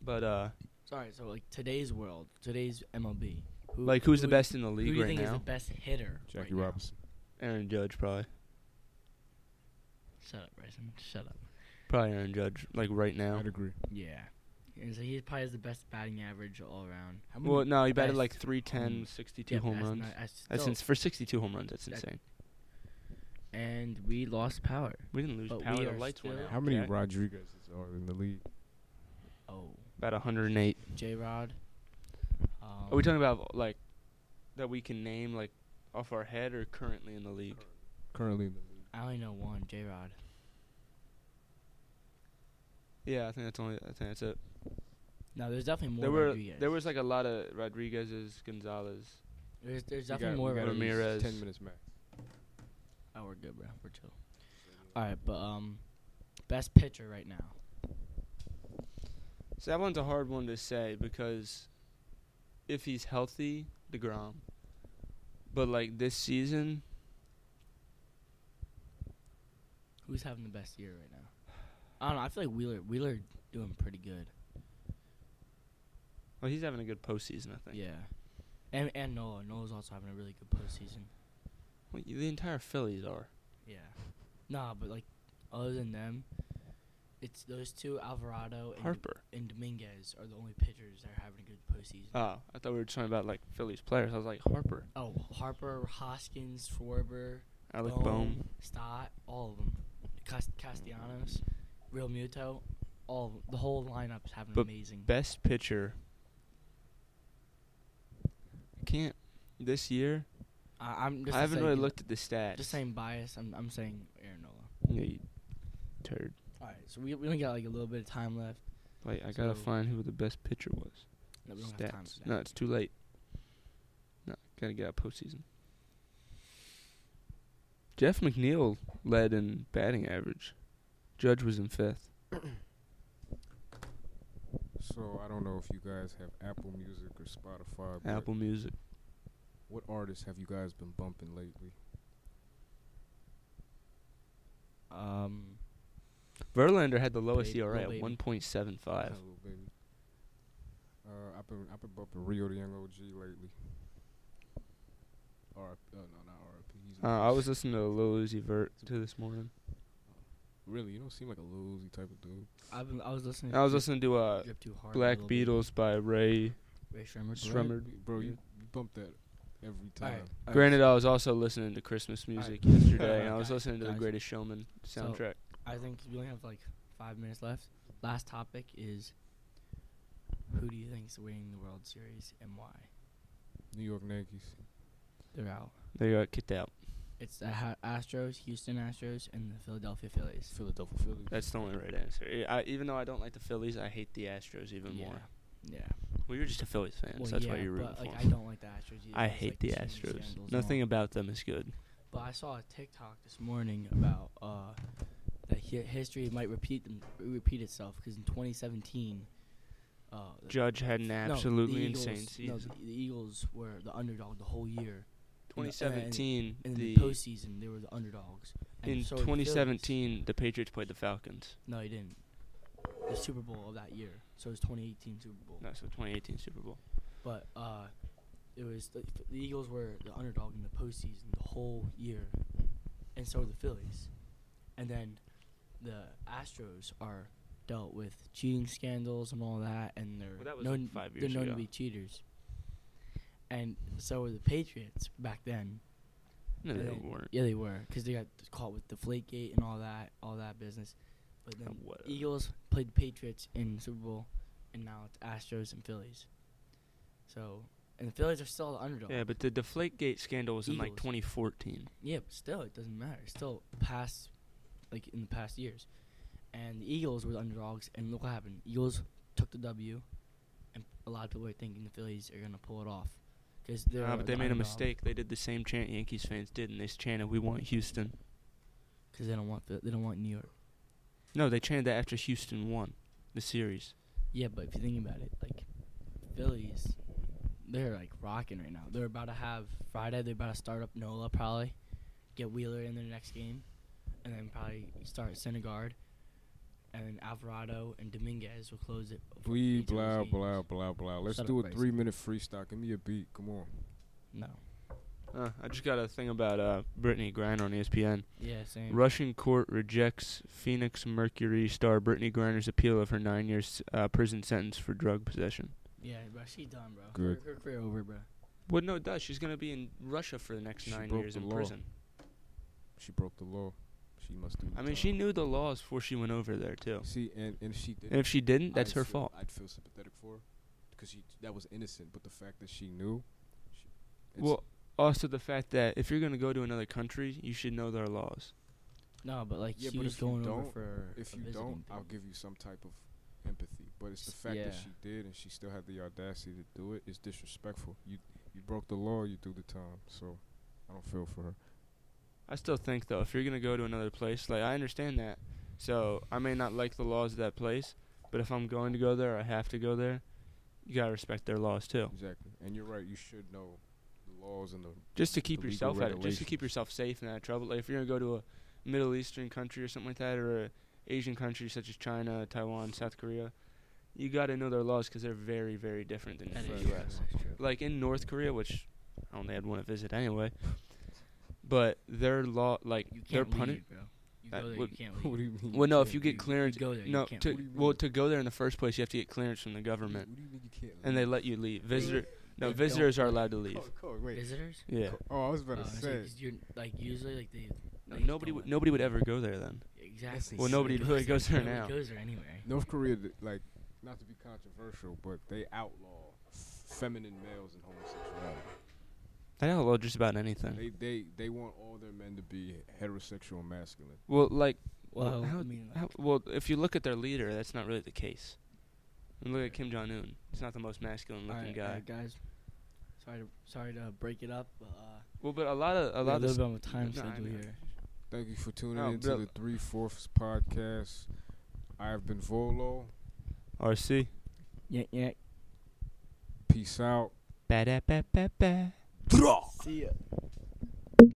[SPEAKER 1] But uh,
[SPEAKER 3] Sorry, so like today's world, today's MLB. Who,
[SPEAKER 1] like who's the
[SPEAKER 3] who-
[SPEAKER 1] best in the
[SPEAKER 3] Who do
[SPEAKER 1] league
[SPEAKER 3] you
[SPEAKER 1] right
[SPEAKER 3] think is the
[SPEAKER 1] now?
[SPEAKER 3] best hitter? right
[SPEAKER 4] Jackie
[SPEAKER 3] now?
[SPEAKER 4] Robinson.
[SPEAKER 1] Aaron Judge probably,
[SPEAKER 3] Shut up, Bryson. Shut up.
[SPEAKER 1] probably Aaron Judge like right now.
[SPEAKER 4] I'd agree.
[SPEAKER 3] Yeah. And so he probably has the best batting average all around. How many-
[SPEAKER 1] Well, no, he batted
[SPEAKER 3] best
[SPEAKER 1] like 310,
[SPEAKER 3] home-
[SPEAKER 1] 62
[SPEAKER 3] mm, yeah,
[SPEAKER 1] home
[SPEAKER 3] that's
[SPEAKER 1] runs.
[SPEAKER 3] not- that's
[SPEAKER 1] That's
[SPEAKER 3] still-
[SPEAKER 1] ins- for 62 home runs. That's
[SPEAKER 3] that-
[SPEAKER 1] insane.
[SPEAKER 3] and we lost power.
[SPEAKER 1] We didn't lose
[SPEAKER 3] but
[SPEAKER 1] power.
[SPEAKER 3] we
[SPEAKER 1] The
[SPEAKER 3] are
[SPEAKER 1] lights went
[SPEAKER 3] still-
[SPEAKER 1] out.
[SPEAKER 4] How many
[SPEAKER 1] Jack.
[SPEAKER 4] Rodriguez's are in the league?
[SPEAKER 3] Oh,
[SPEAKER 1] About 108.
[SPEAKER 3] J Rod. Um,
[SPEAKER 1] Are we talking about like that we can name like off our head or currently in the league?
[SPEAKER 4] Currently in the league.
[SPEAKER 3] I only know one, J Rod.
[SPEAKER 1] Yeah, I think that's only. I think that's it.
[SPEAKER 3] No, there's definitely more.
[SPEAKER 1] there were
[SPEAKER 3] Rodriguez.
[SPEAKER 1] there was like a lot of Rodriguez's, Gonzalez.
[SPEAKER 3] There's, there's
[SPEAKER 4] We
[SPEAKER 3] definitely
[SPEAKER 4] got-
[SPEAKER 3] more.
[SPEAKER 4] we got at least
[SPEAKER 1] Ramirez.
[SPEAKER 4] Ten minutes max.
[SPEAKER 3] Oh, we're good, bro. We're chill. All right, but um, best pitcher right now.
[SPEAKER 1] So that one's a hard one to say because if he's healthy, Degrom. But like this season,
[SPEAKER 3] Who's having the best year right now? I don't know. I feel like Wheeler. Wheeler doing pretty good.
[SPEAKER 1] well, he's having a good postseason. I think.
[SPEAKER 3] Yeah. And and Noah. Noah's also having a really good postseason.
[SPEAKER 1] Well, the entire Phillies are.
[SPEAKER 3] Yeah. Nah, but like, other than them, it's those two Alvarado and,
[SPEAKER 1] Harper.
[SPEAKER 3] and Dominguez are the only pitchers that are having a good postseason.
[SPEAKER 1] Oh, I thought we were talking about like Phillies players. I was like Harper,
[SPEAKER 3] oh, Harper, Hoskins, Schwarber,
[SPEAKER 1] Alec
[SPEAKER 3] Bohm,
[SPEAKER 1] Bohm.
[SPEAKER 3] Stott, all of them. Cast- Castellanos, Real Muto, all of 'em. the whole lineup's having
[SPEAKER 1] But
[SPEAKER 3] amazing.
[SPEAKER 1] Best pitcher. I can't. This year,
[SPEAKER 3] I, I'm just
[SPEAKER 1] I haven't
[SPEAKER 3] saying-
[SPEAKER 1] really looked at the stats.
[SPEAKER 3] Just saying bias. I'm I'm saying Aaron Nola.
[SPEAKER 1] Yeah, you turd.
[SPEAKER 3] All right, so we we only got like a little bit of time left.
[SPEAKER 1] Wait, I gotta
[SPEAKER 3] So-
[SPEAKER 1] find who the best pitcher was.
[SPEAKER 3] No, we don't have time
[SPEAKER 1] Stats.
[SPEAKER 3] for that.
[SPEAKER 1] No, it's too late. No, gotta get out postseason. Jeff McNeil led in batting average. Judge was in fifth.
[SPEAKER 2] So I don't know if you guys have Apple Music or Spotify. But
[SPEAKER 1] Apple Music.
[SPEAKER 2] What artists have you guys been bumping lately?
[SPEAKER 3] Um,
[SPEAKER 1] Verlander had the lowest
[SPEAKER 3] Babe-
[SPEAKER 1] ERA
[SPEAKER 3] Lil
[SPEAKER 1] at
[SPEAKER 3] Baby.
[SPEAKER 1] one point seven five.
[SPEAKER 2] Hello, baby. Uh, I've been I've been bumping Rio the Young OG lately. R. Uh, no, not R.I.P. He's
[SPEAKER 1] Uh, I was listening to Lil Uzi Vert to this morning.
[SPEAKER 2] really. You don't seem like a lousy type of dude.
[SPEAKER 3] I've been, I was listening.
[SPEAKER 1] And I was
[SPEAKER 3] to
[SPEAKER 1] listening to uh,
[SPEAKER 3] Drip Too Hard. by
[SPEAKER 1] Black
[SPEAKER 3] Lil Baby.
[SPEAKER 1] Beatles by Ray.
[SPEAKER 3] Ray Shremmer.
[SPEAKER 1] Shrem- Shrummer.
[SPEAKER 2] bro. You, you bump that every time.
[SPEAKER 1] Granted, I was also listening to Christmas music
[SPEAKER 3] Alright.
[SPEAKER 1] yesterday, and I was
[SPEAKER 3] Guys,
[SPEAKER 1] listening to The
[SPEAKER 3] guys.
[SPEAKER 1] Greatest Showman soundtrack.
[SPEAKER 3] I think we only have like five minutes left. Last topic is who do you think's winning the World Series and why?
[SPEAKER 2] New York Yankees.
[SPEAKER 3] They're out.
[SPEAKER 1] They got kicked out.
[SPEAKER 3] It's the ha- Astros, Houston Astros, and the Philadelphia Phillies.
[SPEAKER 2] Philadelphia Phillies.
[SPEAKER 1] That's the only right answer. I- I, even though I don't like the Phillies, I hate the Astros even
[SPEAKER 3] yeah.
[SPEAKER 1] more.
[SPEAKER 3] Yeah.
[SPEAKER 1] Well, you're just a Phillies fan,
[SPEAKER 3] Well,
[SPEAKER 1] so that's
[SPEAKER 3] yeah,
[SPEAKER 1] why you're rooting
[SPEAKER 3] but,
[SPEAKER 1] for
[SPEAKER 3] like, I
[SPEAKER 1] them.
[SPEAKER 3] don't like the Astros either.
[SPEAKER 1] I,
[SPEAKER 3] It's,
[SPEAKER 1] hate
[SPEAKER 3] like,
[SPEAKER 1] the
[SPEAKER 3] too many
[SPEAKER 1] Astros.
[SPEAKER 3] scandals and
[SPEAKER 1] Nothing
[SPEAKER 3] all.
[SPEAKER 1] about them is good.
[SPEAKER 3] But I saw a TikTok this morning about uh, that hi- history might repeat them, repeat itself because in 2017, uh, the-
[SPEAKER 1] Judge had an
[SPEAKER 3] no, the
[SPEAKER 1] absolutely
[SPEAKER 3] Eagles-
[SPEAKER 1] insane season.
[SPEAKER 3] No, the, uh, the Eagles were the underdog the whole year. in the- uh, in-
[SPEAKER 1] 2017,
[SPEAKER 3] And in
[SPEAKER 1] the,
[SPEAKER 3] the postseason, they were the underdogs. And
[SPEAKER 1] in
[SPEAKER 3] so were the Phillies.
[SPEAKER 1] 2017, the Patriots played the Falcons.
[SPEAKER 3] no, they didn't. The Super Bowl of that year, so it was 2018 Super Bowl.
[SPEAKER 1] No, so 2018 Super Bowl.
[SPEAKER 3] But uh, it was the, the Eagles were the underdog in the postseason the whole year, and so were the Phillies, and then the Astros are dealt with cheating scandals and all that, and they're
[SPEAKER 1] Well, that was,
[SPEAKER 3] known
[SPEAKER 1] like, five
[SPEAKER 3] they're
[SPEAKER 1] years
[SPEAKER 3] known
[SPEAKER 1] ago.
[SPEAKER 3] to be cheaters. And so were the Patriots back then.
[SPEAKER 1] No, they
[SPEAKER 3] Yeah.
[SPEAKER 1] weren't.
[SPEAKER 3] Yeah, they were because they got caught with the flake gate and all that, all that business. But then
[SPEAKER 1] Oh, Whatever.
[SPEAKER 3] Uh, Eagles played the Patriots in Super Bowl, and now it's Astros and Phillies. So, and the Phillies are still the underdog.
[SPEAKER 1] Yeah, but the Deflategate scandal was in like
[SPEAKER 3] Eagles.
[SPEAKER 1] 2014.
[SPEAKER 3] Yeah, but still, it doesn't matter. It's Still, past, like in the past years, and the Eagles were the underdogs, and look what happened. Eagles took the W, and a lot of people are thinking the Phillies are gonna pull it off because they're.
[SPEAKER 1] Ah, but they
[SPEAKER 3] the
[SPEAKER 1] made a
[SPEAKER 3] underdog,
[SPEAKER 1] mistake. They did the same chant Yankees fans did, and they chanted, "We want Houston."
[SPEAKER 3] 'cause they don't want Phil- they don't want New York.
[SPEAKER 1] No, they chanted that after Houston won the series.
[SPEAKER 3] Yeah, but if you think about it, like Phillies, they're like rocking right now. They're about to have Friday. They're about to start up Nola probably, get Wheeler in their next game, and then probably start Syndergaard, and then Alvarado and Dominguez will close it. for
[SPEAKER 4] Blee,
[SPEAKER 3] each of
[SPEAKER 4] blah,
[SPEAKER 3] those
[SPEAKER 4] blah,
[SPEAKER 3] games.
[SPEAKER 4] blah, blah. Let's
[SPEAKER 3] Shut
[SPEAKER 4] do
[SPEAKER 3] up,
[SPEAKER 4] a
[SPEAKER 3] Bryce.
[SPEAKER 4] three minute freestyle. Give me a beat. Come on.
[SPEAKER 3] No.
[SPEAKER 1] Uh, I just got a thing about uh, Brittany Griner on ESPN.
[SPEAKER 3] Yeah, same.
[SPEAKER 1] Russian court rejects Phoenix Mercury star Brittany Griner's appeal of her nine years uh, prison sentence for drug possession.
[SPEAKER 3] yeah, bro, she done, bro.
[SPEAKER 4] Good.
[SPEAKER 3] Her, her career over, bro.
[SPEAKER 1] Well, no, it does. She's gonna be in Russia for the next
[SPEAKER 4] She
[SPEAKER 1] nine
[SPEAKER 4] broke
[SPEAKER 1] years
[SPEAKER 4] the
[SPEAKER 1] in
[SPEAKER 4] law.
[SPEAKER 1] prison.
[SPEAKER 4] She broke the law. She must do.
[SPEAKER 1] I
[SPEAKER 4] the
[SPEAKER 1] mean, she
[SPEAKER 4] time.
[SPEAKER 1] knew the laws before she went over there too.
[SPEAKER 4] See, and, and she did.
[SPEAKER 1] And if she didn't, that's
[SPEAKER 2] I'd
[SPEAKER 1] her
[SPEAKER 2] feel-
[SPEAKER 1] fault.
[SPEAKER 2] I'd feel sympathetic for her because she that was innocent, but the fact that she knew. She, it's-
[SPEAKER 1] Well, also the fact that if you're gonna go to another country, you should know their laws.
[SPEAKER 3] No, but like
[SPEAKER 2] Yeah,
[SPEAKER 3] she
[SPEAKER 2] but
[SPEAKER 3] was
[SPEAKER 2] if you
[SPEAKER 3] going over
[SPEAKER 2] don't-
[SPEAKER 3] for
[SPEAKER 2] if
[SPEAKER 3] a
[SPEAKER 2] you
[SPEAKER 3] visiting
[SPEAKER 2] don't, I'll
[SPEAKER 3] thing.
[SPEAKER 2] give you some type of empathy. But it's the
[SPEAKER 3] S-
[SPEAKER 2] fact that
[SPEAKER 3] yeah.
[SPEAKER 2] she
[SPEAKER 4] did, and she still had the audacity to do it. It's disrespectful. You you broke the law. You do the time. So I don't feel for her.
[SPEAKER 1] I still think though, if you're gonna go to another place, like I understand that. So I may not like the laws of that place, but if I'm going to go there, I have to go there. You gotta respect their laws too.
[SPEAKER 4] Exactly.
[SPEAKER 2] and you're right. You should know the laws and the
[SPEAKER 1] just to keep
[SPEAKER 4] the legal
[SPEAKER 1] yourself out of, just to
[SPEAKER 4] regulations.
[SPEAKER 1] keep yourself safe and out of trouble. Like if you're gonna go to a Middle Eastern country or something like that, or a Asian country such as China, Taiwan, South Korea, you gotta know their laws because they're very, very different than
[SPEAKER 3] That
[SPEAKER 1] the
[SPEAKER 3] is
[SPEAKER 1] U.S.
[SPEAKER 3] true,
[SPEAKER 4] US.
[SPEAKER 3] that's true.
[SPEAKER 1] Like in North Korea, which I only had one to visit anyway, but their law, like
[SPEAKER 3] You
[SPEAKER 1] their
[SPEAKER 3] can't
[SPEAKER 1] punish.
[SPEAKER 3] leave, bro. You
[SPEAKER 1] That
[SPEAKER 3] go there,
[SPEAKER 1] would-
[SPEAKER 3] you can't
[SPEAKER 4] what
[SPEAKER 3] leave.
[SPEAKER 4] do you mean?
[SPEAKER 1] Well, no, if
[SPEAKER 4] can't
[SPEAKER 1] you
[SPEAKER 4] leave?
[SPEAKER 1] get clearance,
[SPEAKER 3] You go there, you
[SPEAKER 1] no,
[SPEAKER 3] can't
[SPEAKER 1] to,
[SPEAKER 3] leave.
[SPEAKER 4] What do you
[SPEAKER 1] well,
[SPEAKER 4] mean?
[SPEAKER 1] to go there in the first place, you have to get clearance from the government,
[SPEAKER 4] What do you mean you can't?
[SPEAKER 1] and they let you leave. Visitor, no,
[SPEAKER 3] They don't
[SPEAKER 1] visitors are
[SPEAKER 3] let
[SPEAKER 1] allowed to
[SPEAKER 4] leave?
[SPEAKER 1] leave.
[SPEAKER 4] Oh, cool, wait.
[SPEAKER 3] Visitors?
[SPEAKER 1] Yeah,
[SPEAKER 4] Cool. Oh, I was about
[SPEAKER 3] Uh,
[SPEAKER 4] to
[SPEAKER 3] it's
[SPEAKER 4] say.
[SPEAKER 3] like, 'cause you're like usually like they
[SPEAKER 1] no,
[SPEAKER 3] like,
[SPEAKER 1] nobody,
[SPEAKER 3] don't
[SPEAKER 1] would
[SPEAKER 3] let-
[SPEAKER 1] nobody would ever go there then.
[SPEAKER 3] exactly.
[SPEAKER 1] Well, nobody really goes there now.
[SPEAKER 3] Nobody goes there anyway.
[SPEAKER 2] North Korea, th- like, not to be controversial, but they outlaw feminine males and homosexuality.
[SPEAKER 1] They outlaw just about anything.
[SPEAKER 2] They they they want all their men to be heterosexual and masculine.
[SPEAKER 1] Well, like,
[SPEAKER 3] Well,
[SPEAKER 1] how-
[SPEAKER 3] I mean, like,
[SPEAKER 1] how, well, if you look at their leader, that's not really the case. And look at Kim Jong Un. He's not the most masculine looking
[SPEAKER 3] alright,
[SPEAKER 1] guy.
[SPEAKER 3] alright, guys. Sorry to sorry to break it up, but uh,
[SPEAKER 1] Well, but a lot of a
[SPEAKER 3] we have
[SPEAKER 1] lot of
[SPEAKER 3] a
[SPEAKER 1] this,
[SPEAKER 3] little bit of a time
[SPEAKER 1] No, I
[SPEAKER 3] schedule
[SPEAKER 1] know.
[SPEAKER 3] here.
[SPEAKER 4] Thank you for tuning
[SPEAKER 1] Oh,
[SPEAKER 4] in to
[SPEAKER 1] bro-
[SPEAKER 4] the Three Fourths podcast. I have been Volo.
[SPEAKER 1] RC.
[SPEAKER 3] Yeah, yeah.
[SPEAKER 4] Peace out.
[SPEAKER 1] Ba da ba ba ba.
[SPEAKER 3] See ya.